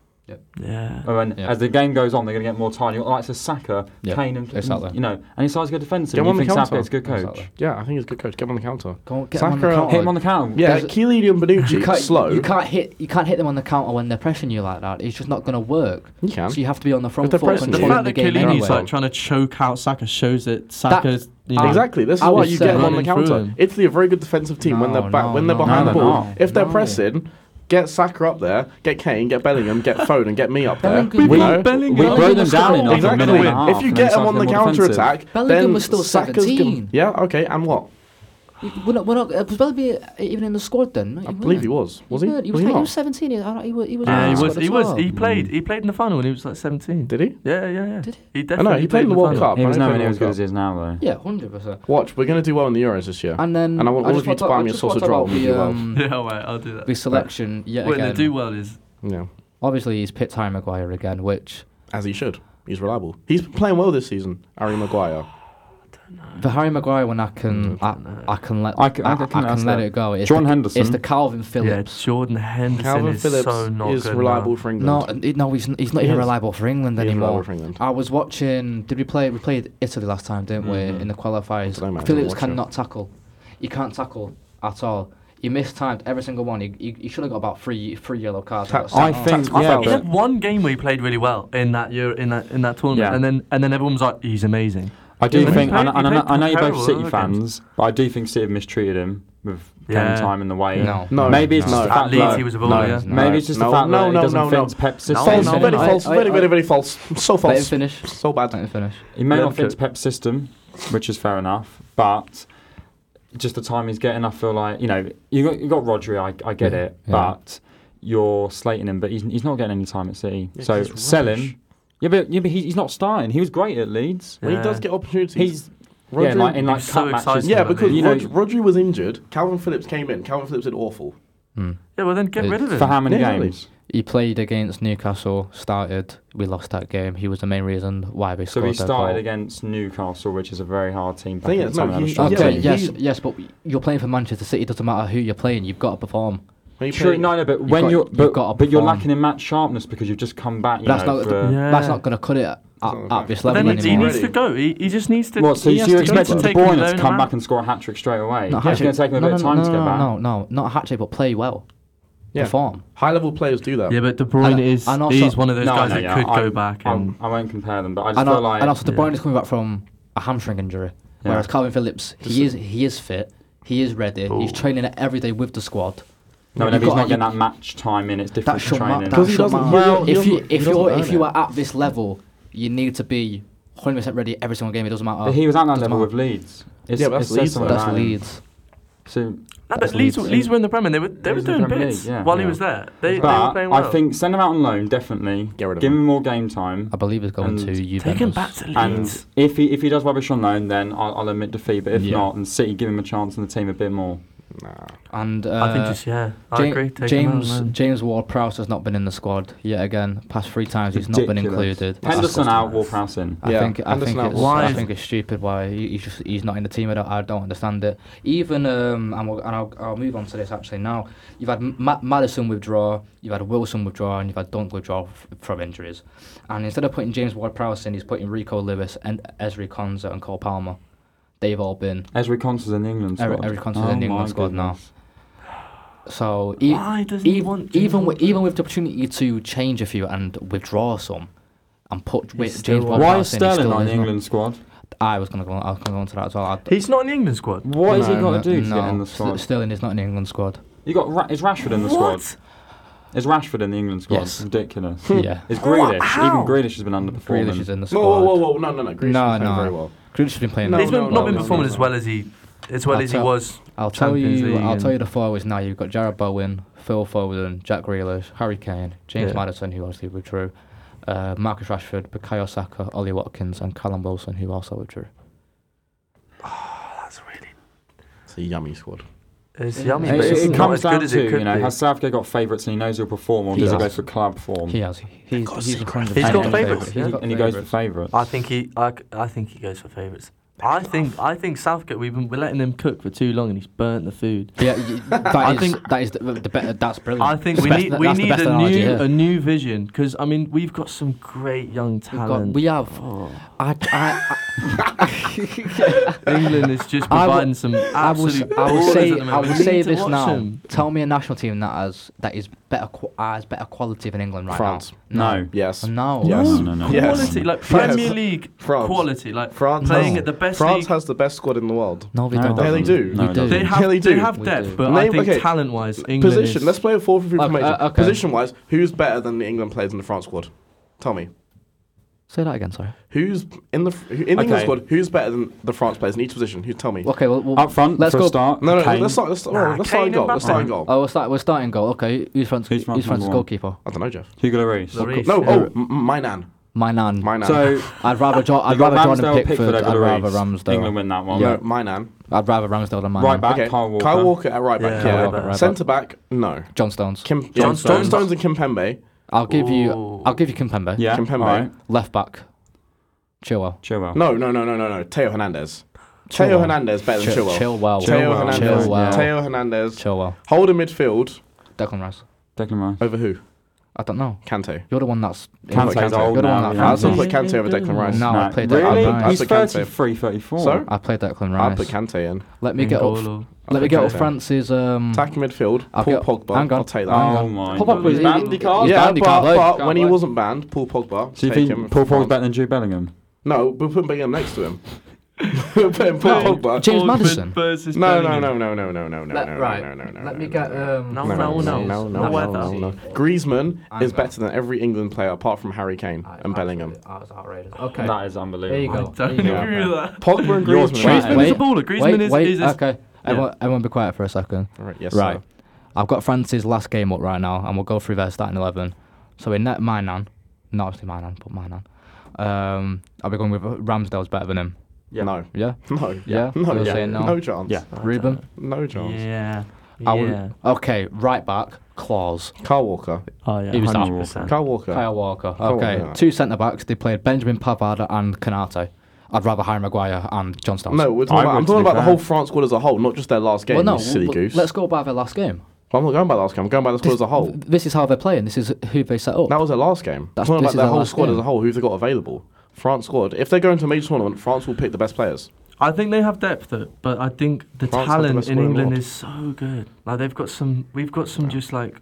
Yeah.
And then
Yeah.
as the game goes on, they're going to get more tiny. Like it's a Saka,
Yeah,
Kane, and
exactly.
you know, and he decides to go defensive.
Get him
and you
on the
think
counter.
Southgate's a good coach?
Exactly.
Yeah, I think he's a good coach. Get him on the counter.
Go on, get him on the
Saka-
counter.
Hit him on the counter.
Yeah,
There's-
Keelan and
You
Bonucci,
can't,
slow.
you can't hit. You can't hit them on the counter when they're pressing you like that. It's just not going to work.
You can.
So you have to be on the front
they're
foot
pressing
The
you.
controlling
fact
the
that
game.
Chiellini's
anyway.
like trying to choke out Saka shows that Saka's. you know,
Exactly. This is
I
why
would
you
say-
get them on the
Running through
counter.
them.
Italy are a very good defensive team when
No,
they're back,
no,
when they're
no,
behind
no,
the ball.
no,
if they're
no.
pressing, get Saka up there, get Kane, get Bellingham, get Foden, and get me up there.
Bellingham-
You
We,
know?
we broke them down in after a minute
Exactly.
and a half.
If you
and
get
then
them on the
started more
counter
defensive.
attack,
Bellingham
then
was still
Saka's
17.
Gonna, yeah. Okay. And what?
We're not. We're not. Uh, was Bellamy even in the squad then? No,
I believe he
wasn't.
was. Was he?
He, was, like-
Was
he was
not?
17. He, I don't- he was. He was
Yeah,
in the
he was.
squad
He
as
was.
well.
He played. He played in the final when he was like 17.
Did he?
Yeah, yeah, yeah.
Did he?
he?
I
definitely
know he played in the World
final.
Cup.
He was
I know
nowhere
played
near
in
as
the
good
World
as he
Cup.
is now, though.
Yeah, hundred percent.
Watch, we're gonna do well in the Euros this year.
And then
and I want all of you
just
to buy
want- I
me a
just want
sausage
to talk
roll.
about
when we
The,
do well.
um,
Yeah, all right, I'll do that.
the selection yet
Wait, the
again.
do well is
Yeah,
Obviously, he's picked Harry Maguire again, which
as he should. He's reliable. He's been playing well this season. Harry Maguire.
the Harry Maguire one I can
Mm.
I, I can let
I
I
can-
can,
I
I,
can-
I can let
that's it.
it go. It's
John
the,
Henderson.
It's the Calvin
yeah.
Phillips.
Jordan Henderson
Calvin
is
Phillips
so not
is
good
reliable
now.
for England.
No, and he- no, he's n- he's not
He
even
is.
reliable for England
He is
anymore.
reliable for England.
I was watching. Did we play? We played Italy last time, didn't we? In the
Mm-hmm. I don't know, mate, I
qualifiers,
didn't
Phillips
watch it.
cannot tackle. He can't tackle at all. He mistimed every single one. He, he, he should have got about three three yellow cards.
Ta-
That
I
sent off.
think,
I
yeah,
felt
He
but
had one game where he played really well in that year, in that in that tournament,
Yeah.
and then and then everyone was like, he's amazing.
I do
He
think,
played-
and, and
he
I, know,
played
I know you're both
terrible
City
against-
fans, but I do think City have mistreated him with
Yeah.
playing time in the way.
No.
No,
maybe it's
no.
just the
At
fact
Leeds,
that
he was a
no,
baller. yeah.
no.
maybe it's just
No,
the fact
no,
that
no,
it doesn't
no,
fit
no.
into Pep's
No,
system.
false,
no,
very
no.
false,
I-
very,
I-
very, very false. So
Let him
false.
finish.
So
Let
bad.
him finish.
He may
Let
not
him
fit
cook.
into Pep's system, which is fair enough, but just the time he's getting, I feel like, you know, you got, you got Rodri, I, I get it,
yeah.
but you're slating him, but he's, he's not getting any time at City. so
he's
sell
rubbish.
him. Yeah, but, yeah, but he, he's not starting. He was great at Leeds.
When he
Yeah.
does get opportunities,
He's yeah,
Rodri-
in like, in like
so
cup matches.
excited
yeah,
about
because
it.
you know,
Rod- Rodri was injured. Calvin Phillips came in. Calvin Phillips did awful.
Yeah, well then get
It-
rid of him.
for how many
Yeah, exactly.
games?
He played against Newcastle. Started. We lost that game. He was the main reason why we
So
scored
he
their
started
goal.
against Newcastle, which is a very hard team. Back
Thing
at
is,
the time
no,
they had a
he-
strong
yeah,
Okay,
but
team.
yes,
he-
yes, but you're playing for Manchester City. It doesn't matter who you're playing. You've got to perform.
When he
Sure,
played-
no, no, but when
got-
you're
you've
but,
got to
but you're
perform.
lacking in match sharpness because you've just come back. You
That's
know,
not
for-
Yeah.
that's not going to cut it at, at,
not-
this
But
level
then he, he
anymore.
needs to go. He, he just needs to.
What, so
he
you
has to
you're
go
expecting De
take a
Bruyne
loan
to come
amount.
back and score a hat trick straight away?
No,
it's
hat-trick.
going to take him a
no,
bit
no,
of time
no,
to get
no,
back.
No, no, not a hat trick, but play well,
yeah.
perform.
High level players do that.
Yeah, but De Bruyne
And-
is
and also-
he's one of those
No,
guys
no,
that
yeah,
could
I-
go back
I,
and
I won't compare them, but I just
And,
feel
al-
like
and also, De
yeah.
Bruyne is coming back from a hamstring injury, whereas Calvin Phillips, he is he is fit, he is ready, he's training every day with the squad.
no, no,
You've
he's
got-
not getting
you-
that match time in. It's
That
different
should
training.
matter.
Because he doesn't- well, he
if you
doesn't- he
if you
doesn't
if
earn
you
it.
are at this level, you need to be 100 percent ready every single game. It doesn't matter.
But he was at that
Doesn't
level
matter.
with Leeds. It's,
Yeah, but that's
it says
Leeds,
something
though.
That's
about him.
Leeds.
So
No, but
That's
Leeds,
Leeds.
Leeds were in the Prem and they were
He
they were
was in the
doing
Premier
bits
League, yeah,
while he
yeah.
was there. They, they were
But
playing well.
I think send him out on loan definitely.
Get rid of
Give
him.
him more game time.
I believe he's going
And
to Juventus.
take him back to Leeds.
And if he if he does rubbish on loan, then I'll, I'll admit defeat. But if
Yeah.
not, and City give him a chance and the team a bit more.
Nah.
And uh,
I think just yeah, I
Ja-
agree. Take him out,
James
man.
James Ward Prowse has not been in the squad yet again. Past three times he's not been
Ridiculous.
included.
Henderson
I-
out, Ward-Prowse in.
I
Yeah,
think I
Henderson
think
out.
it's,
Why
I
is-
think it's stupid why he- he's just he's not in the team. I don't I don't understand it. Even um and, we'll, and I'll, I'll move on to this actually now. You've had Ma- Madison withdraw, you've had Wilson withdraw, and you've had Dunk withdraw f- from injuries. And instead of putting James Ward-Prowse in, he's putting Rico Lewis and Esri Konza and Cole Palmer. They've all been
Ezri Constance in the England
Every-
squad.
every
Oh
Constance in the
my
England squad now.
goodness.
so. e-
Why doesn't he
even
want
even
James
with, even with the opportunity to change a few and withdraw some and put with
still-
James
Why
Why
Ward-Prowse
is
in, he
Sterling
still
not in the
is not-
England squad?
I was gonna go. I was gonna go on to that as well. I,
He's not in the England squad.
What has he got to do to
no,
get in the
St-
squad?
Sterling is not in the England squad.
you got Ra- is Rashford in the
what?
squad? Is Rashford in the England squad?
Yes.
Ridiculous.
Yeah.
Is Grealish?
How?
Even Grealish has been underperforming.
Grealish is in the
No,
squad.
whoa, whoa, whoa, no, no, no. Greece
No,
no, no.
no.
very well.
Grealish has been playing.
No,
He's been,
no,
not been
no,
performing
no.
as well as he, as well
I'll
as he
tell-
was.
I'll tell
Champions
you.
League
I'll tell you
and-
the forwards now. You've got Jared Bowen, Phil Foden, Jack Grealish, Harry Kane, James
Yeah.
Madison, who obviously withdrew, uh, Marcus Rashford, Bukayo Saka, Ollie Watkins, and Callum Wilson, who also withdrew.
That's really.
It's a yummy squad.
It's yummy,
But
but
it,
it's
it
not
comes
as good
down
as
to
it could
you know
be.
has Southgate got favourites and he knows he'll perform, or
He
does he go
has.
for club form?
He has. He's,
course
he's
he's
a
got-
candidate.
He's got
And-
favourites,
he's
yeah.
got
and he goes for
favourites.
favourites.
I think he, I, c- I think he goes for favourites. I think, I think Southgate. We've been we're letting him cook for too long, and he's burnt the food.
Yeah, y- that
I
is-
think-
that is the, the be- That's brilliant.
I think
It's
we
best-
need, we
that's the
need
best
a
analogy
new,
here.
a new vision because I mean we've got some great young
We've got,
talent. Oh,
we have. I, I,
England is just
I will-
providing some
I will, s-
absolute.
I will
ballers
say,
at the moment.
I will
We need
say
to
this
watch
now.
them.
Tell me a national team that has that is better qu- has better quality than England right
France.
now.
no.
Yes.
No.
Yes.
No, no, no.
Yes.
Quality, like
Yes.
Premier League
France.
quality, like
France
playing
has-
at the best
France
league.
has the best squad in the world.
No, they
No, it
don't.
Yeah, they
doesn't.
do.
They
No, it
do.
they
doesn't.
have,
Yeah, they
they
do.
have
We
depth,
do.
but I
Name-
think
okay.
talent-wise, England
Position.
is-
Let's play a 4 for 3
Okay,
formation.
uh, okay.
Position wise, who's better than the England players in the France squad? Tell me.
Say that again. Sorry.
Who's in the who- in the England
Okay.
squad? Who's better than the France players in each position? Who tell me?
Okay. Well, well
Up front,
Let's
for
go.
a start.
no, no,
Kane.
let's start. Let's start.
Nah,
let's start in
Kane
goal.
and
Let's start in
Mbappe.
goal.
Oh, we're, start, we're starting goal. Okay. Who's France?
Who's
Who's,
France
France's
number one?
goalkeeper?
I don't know, Jeff.
Hugo Lloris.
Lloris,
No,
yeah.
oh, m- m- my nan,
My nan.
my nan.
So
I'd rather jo- I'd
you've got
rather Jordan
Ramsdale,
Pickford.
Pickford over
I'd rather
Lloris. England
Ramsdale.
win that one.
no, my nan.
I'd rather Ramsdale than my
Right
nan.
back,
Okay,
Kyle Walker.
Kyle Walker at right back.
Yeah,
Yeah,
right back.
centre back. No,
John Stones.
Kim, yeah, John,
John
Stones.
Stones.
and Kim Pembe.
I'll give you.
Ooh.
I'll give you Kimpembe.
Yeah.
Kimpembe.
All right.
Left back. Chilwell.
Chilwell.
No, no, no, no, no, no. Teo Hernandez. Teo
Chilwell.
Hernandez better than
Ch-
Chilwell.
Chilwell.
Teo
Chilwell.
Hernandez.
Chilwell.
Teo Hernandez.
Chilwell.
Hold a midfield
Declan Rice.
Declan Rice.
over who?
I don't know.
Kante.
You're the one that's.
Kante's
Kante.
old
You're the one
now, yeah.
that
I
I'll
fancies.
also
Kante.
put Kante over Declan Rice.
No, I
No,
played
really?
Declan Rice.
He's
I'd put Kante.
33, 34.
So?
I played Declan
I'll
Rice.
put Kante in.
Let me get up.
N'Golo.
Let me
put
get up
Kante.
France's. Um,
Attacking midfield.
I'll
Paul
get-
Pogba.
hang on.
I'll
Hang
take that.
Oh
on.
my.
Pop up
goodness.
with
He's bandy card.
He's
Yeah,
bandy,
but,
can't play.
but
Can't
when he
play.
wasn't banned, Paul Pogba.
So you
take him
think Paul Pogba's
from-
better than Jude Bellingham?
No, we're putting Bellingham next to him. We're putting Paul Pogba.
James
Bournemouth
Maddison.
versus
No, no,
Birmingham.
no, no, no, no, no, no,
Let-
no,
right.
no, no, no,
Let
no,
me
no,
get.
no.
Um,
No,
No, no,
no,
no, no,
no,
no,
weather.
no, no. Griezmann is better than every England player apart from Harry Kane
I-
and Bellingham.
I was outrageous. Okay.
That is
There you
unbelievable.
go.
Don't
There you go.
agree
Yeah.
with that.
Pogba and
You're
Griezmann.
trash.
Griezmann is a baller. Griezmann
wait,
is,
wait,
is a,
okay. Everyone, everyone, be quiet for a second.
Right, yes,
right.
sir.
I've got France's last game up right now, and we'll go through their starting eleven. So in net, Mainan, not obviously Mainan, but Mainan. Um, I'll be going with Ramsdale's better than him.
Yeah.
No,
Yeah.
no,
Yeah?
no,
You're
yeah.
saying no?
no chance.
Yeah.
Ruben.
No chance.
Yeah.
I
Yeah.
would, okay. Right back. Claws.
Carl Walker.
Oh yeah.
He was that.
100%.
Carl Walker.
Kyle Walker.
Kyle
Okay,
Walker.
two centre backs. They played Benjamin Pavard and Canate. I'd rather Harry Maguire and John Stones.
No, we're
I
talking about, I'm
would, to be
talking about the
fair.
whole France squad as a whole, not just their last game.
well, no.
you silly
well,
goose.
Let's go by their last game.
I'm not going by last game. I'm going by the squad as a whole.
This is how they're playing. This is who they set up.
That was their last game.
That's-
That's talking
this
about
is
their
their
whole
last
squad as
game.
a whole. Who have they got available? France squad. If they go into a major tournament, France will pick the best players.
I think they have depth, though, but I think the
France have the
talent
best
in
squad in the
England
world.
is so good. Like they've got some, we've got some just like,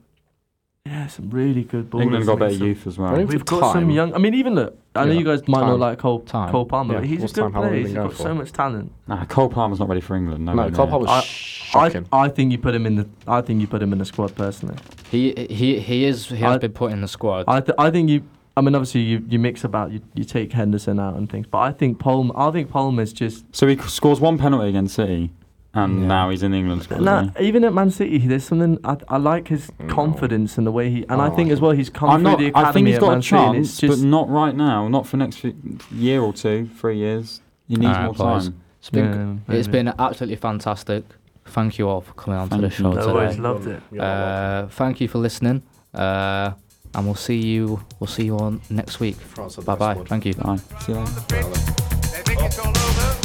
yeah, some really good ballers.
England got
I mean,
better
some-
youth as
I
well.
mean,
We've
for
got some
time.
young. I mean, even look. I know
Yeah,
you guys might
time.
not like Cole,
Time.
Cole Palmer,
Yeah,
but he's a
what's
good
time? How long have
player.
we
He's
been
got
going
so
for?
much talent.
Nah, Cole Palmer's not ready for England. No,
No,
way
Carl
near.
Palmer was
I-
shocking.
I, I think you put him in the. I think you put him in the squad personally.
He he he is he has
I-
been put in the squad.
I th- I think you. I mean, obviously you, you mix about you, you take Henderson out and things, but I think Palmer. I think Palmer's just
So he c- scores one penalty against City, and
Yeah.
now he's in the England squad.
No,
isn't he?
even at Man City, there's something I, I like his confidence and the way he. And
I
I, think
like
as well, he's come
I'm
through
not.
the
I think
academy
he's
at
got
Man
a
City, and it's
chance,
just
but not right now. Not for next few, year or two, three years. He needs
Alright,
more
boys.
time.
It's been,
Yeah,
it's
maybe.
been absolutely fantastic. Thank you all for coming on to
Thank
the
you.
show
I
No
always
today.
loved it.
Uh, thank you for listening, uh, and we'll see you. We'll see you on next week.
France are
Bye
the best
bye.
squad.
Thank you.
Bye. See you later.
They think it's all over,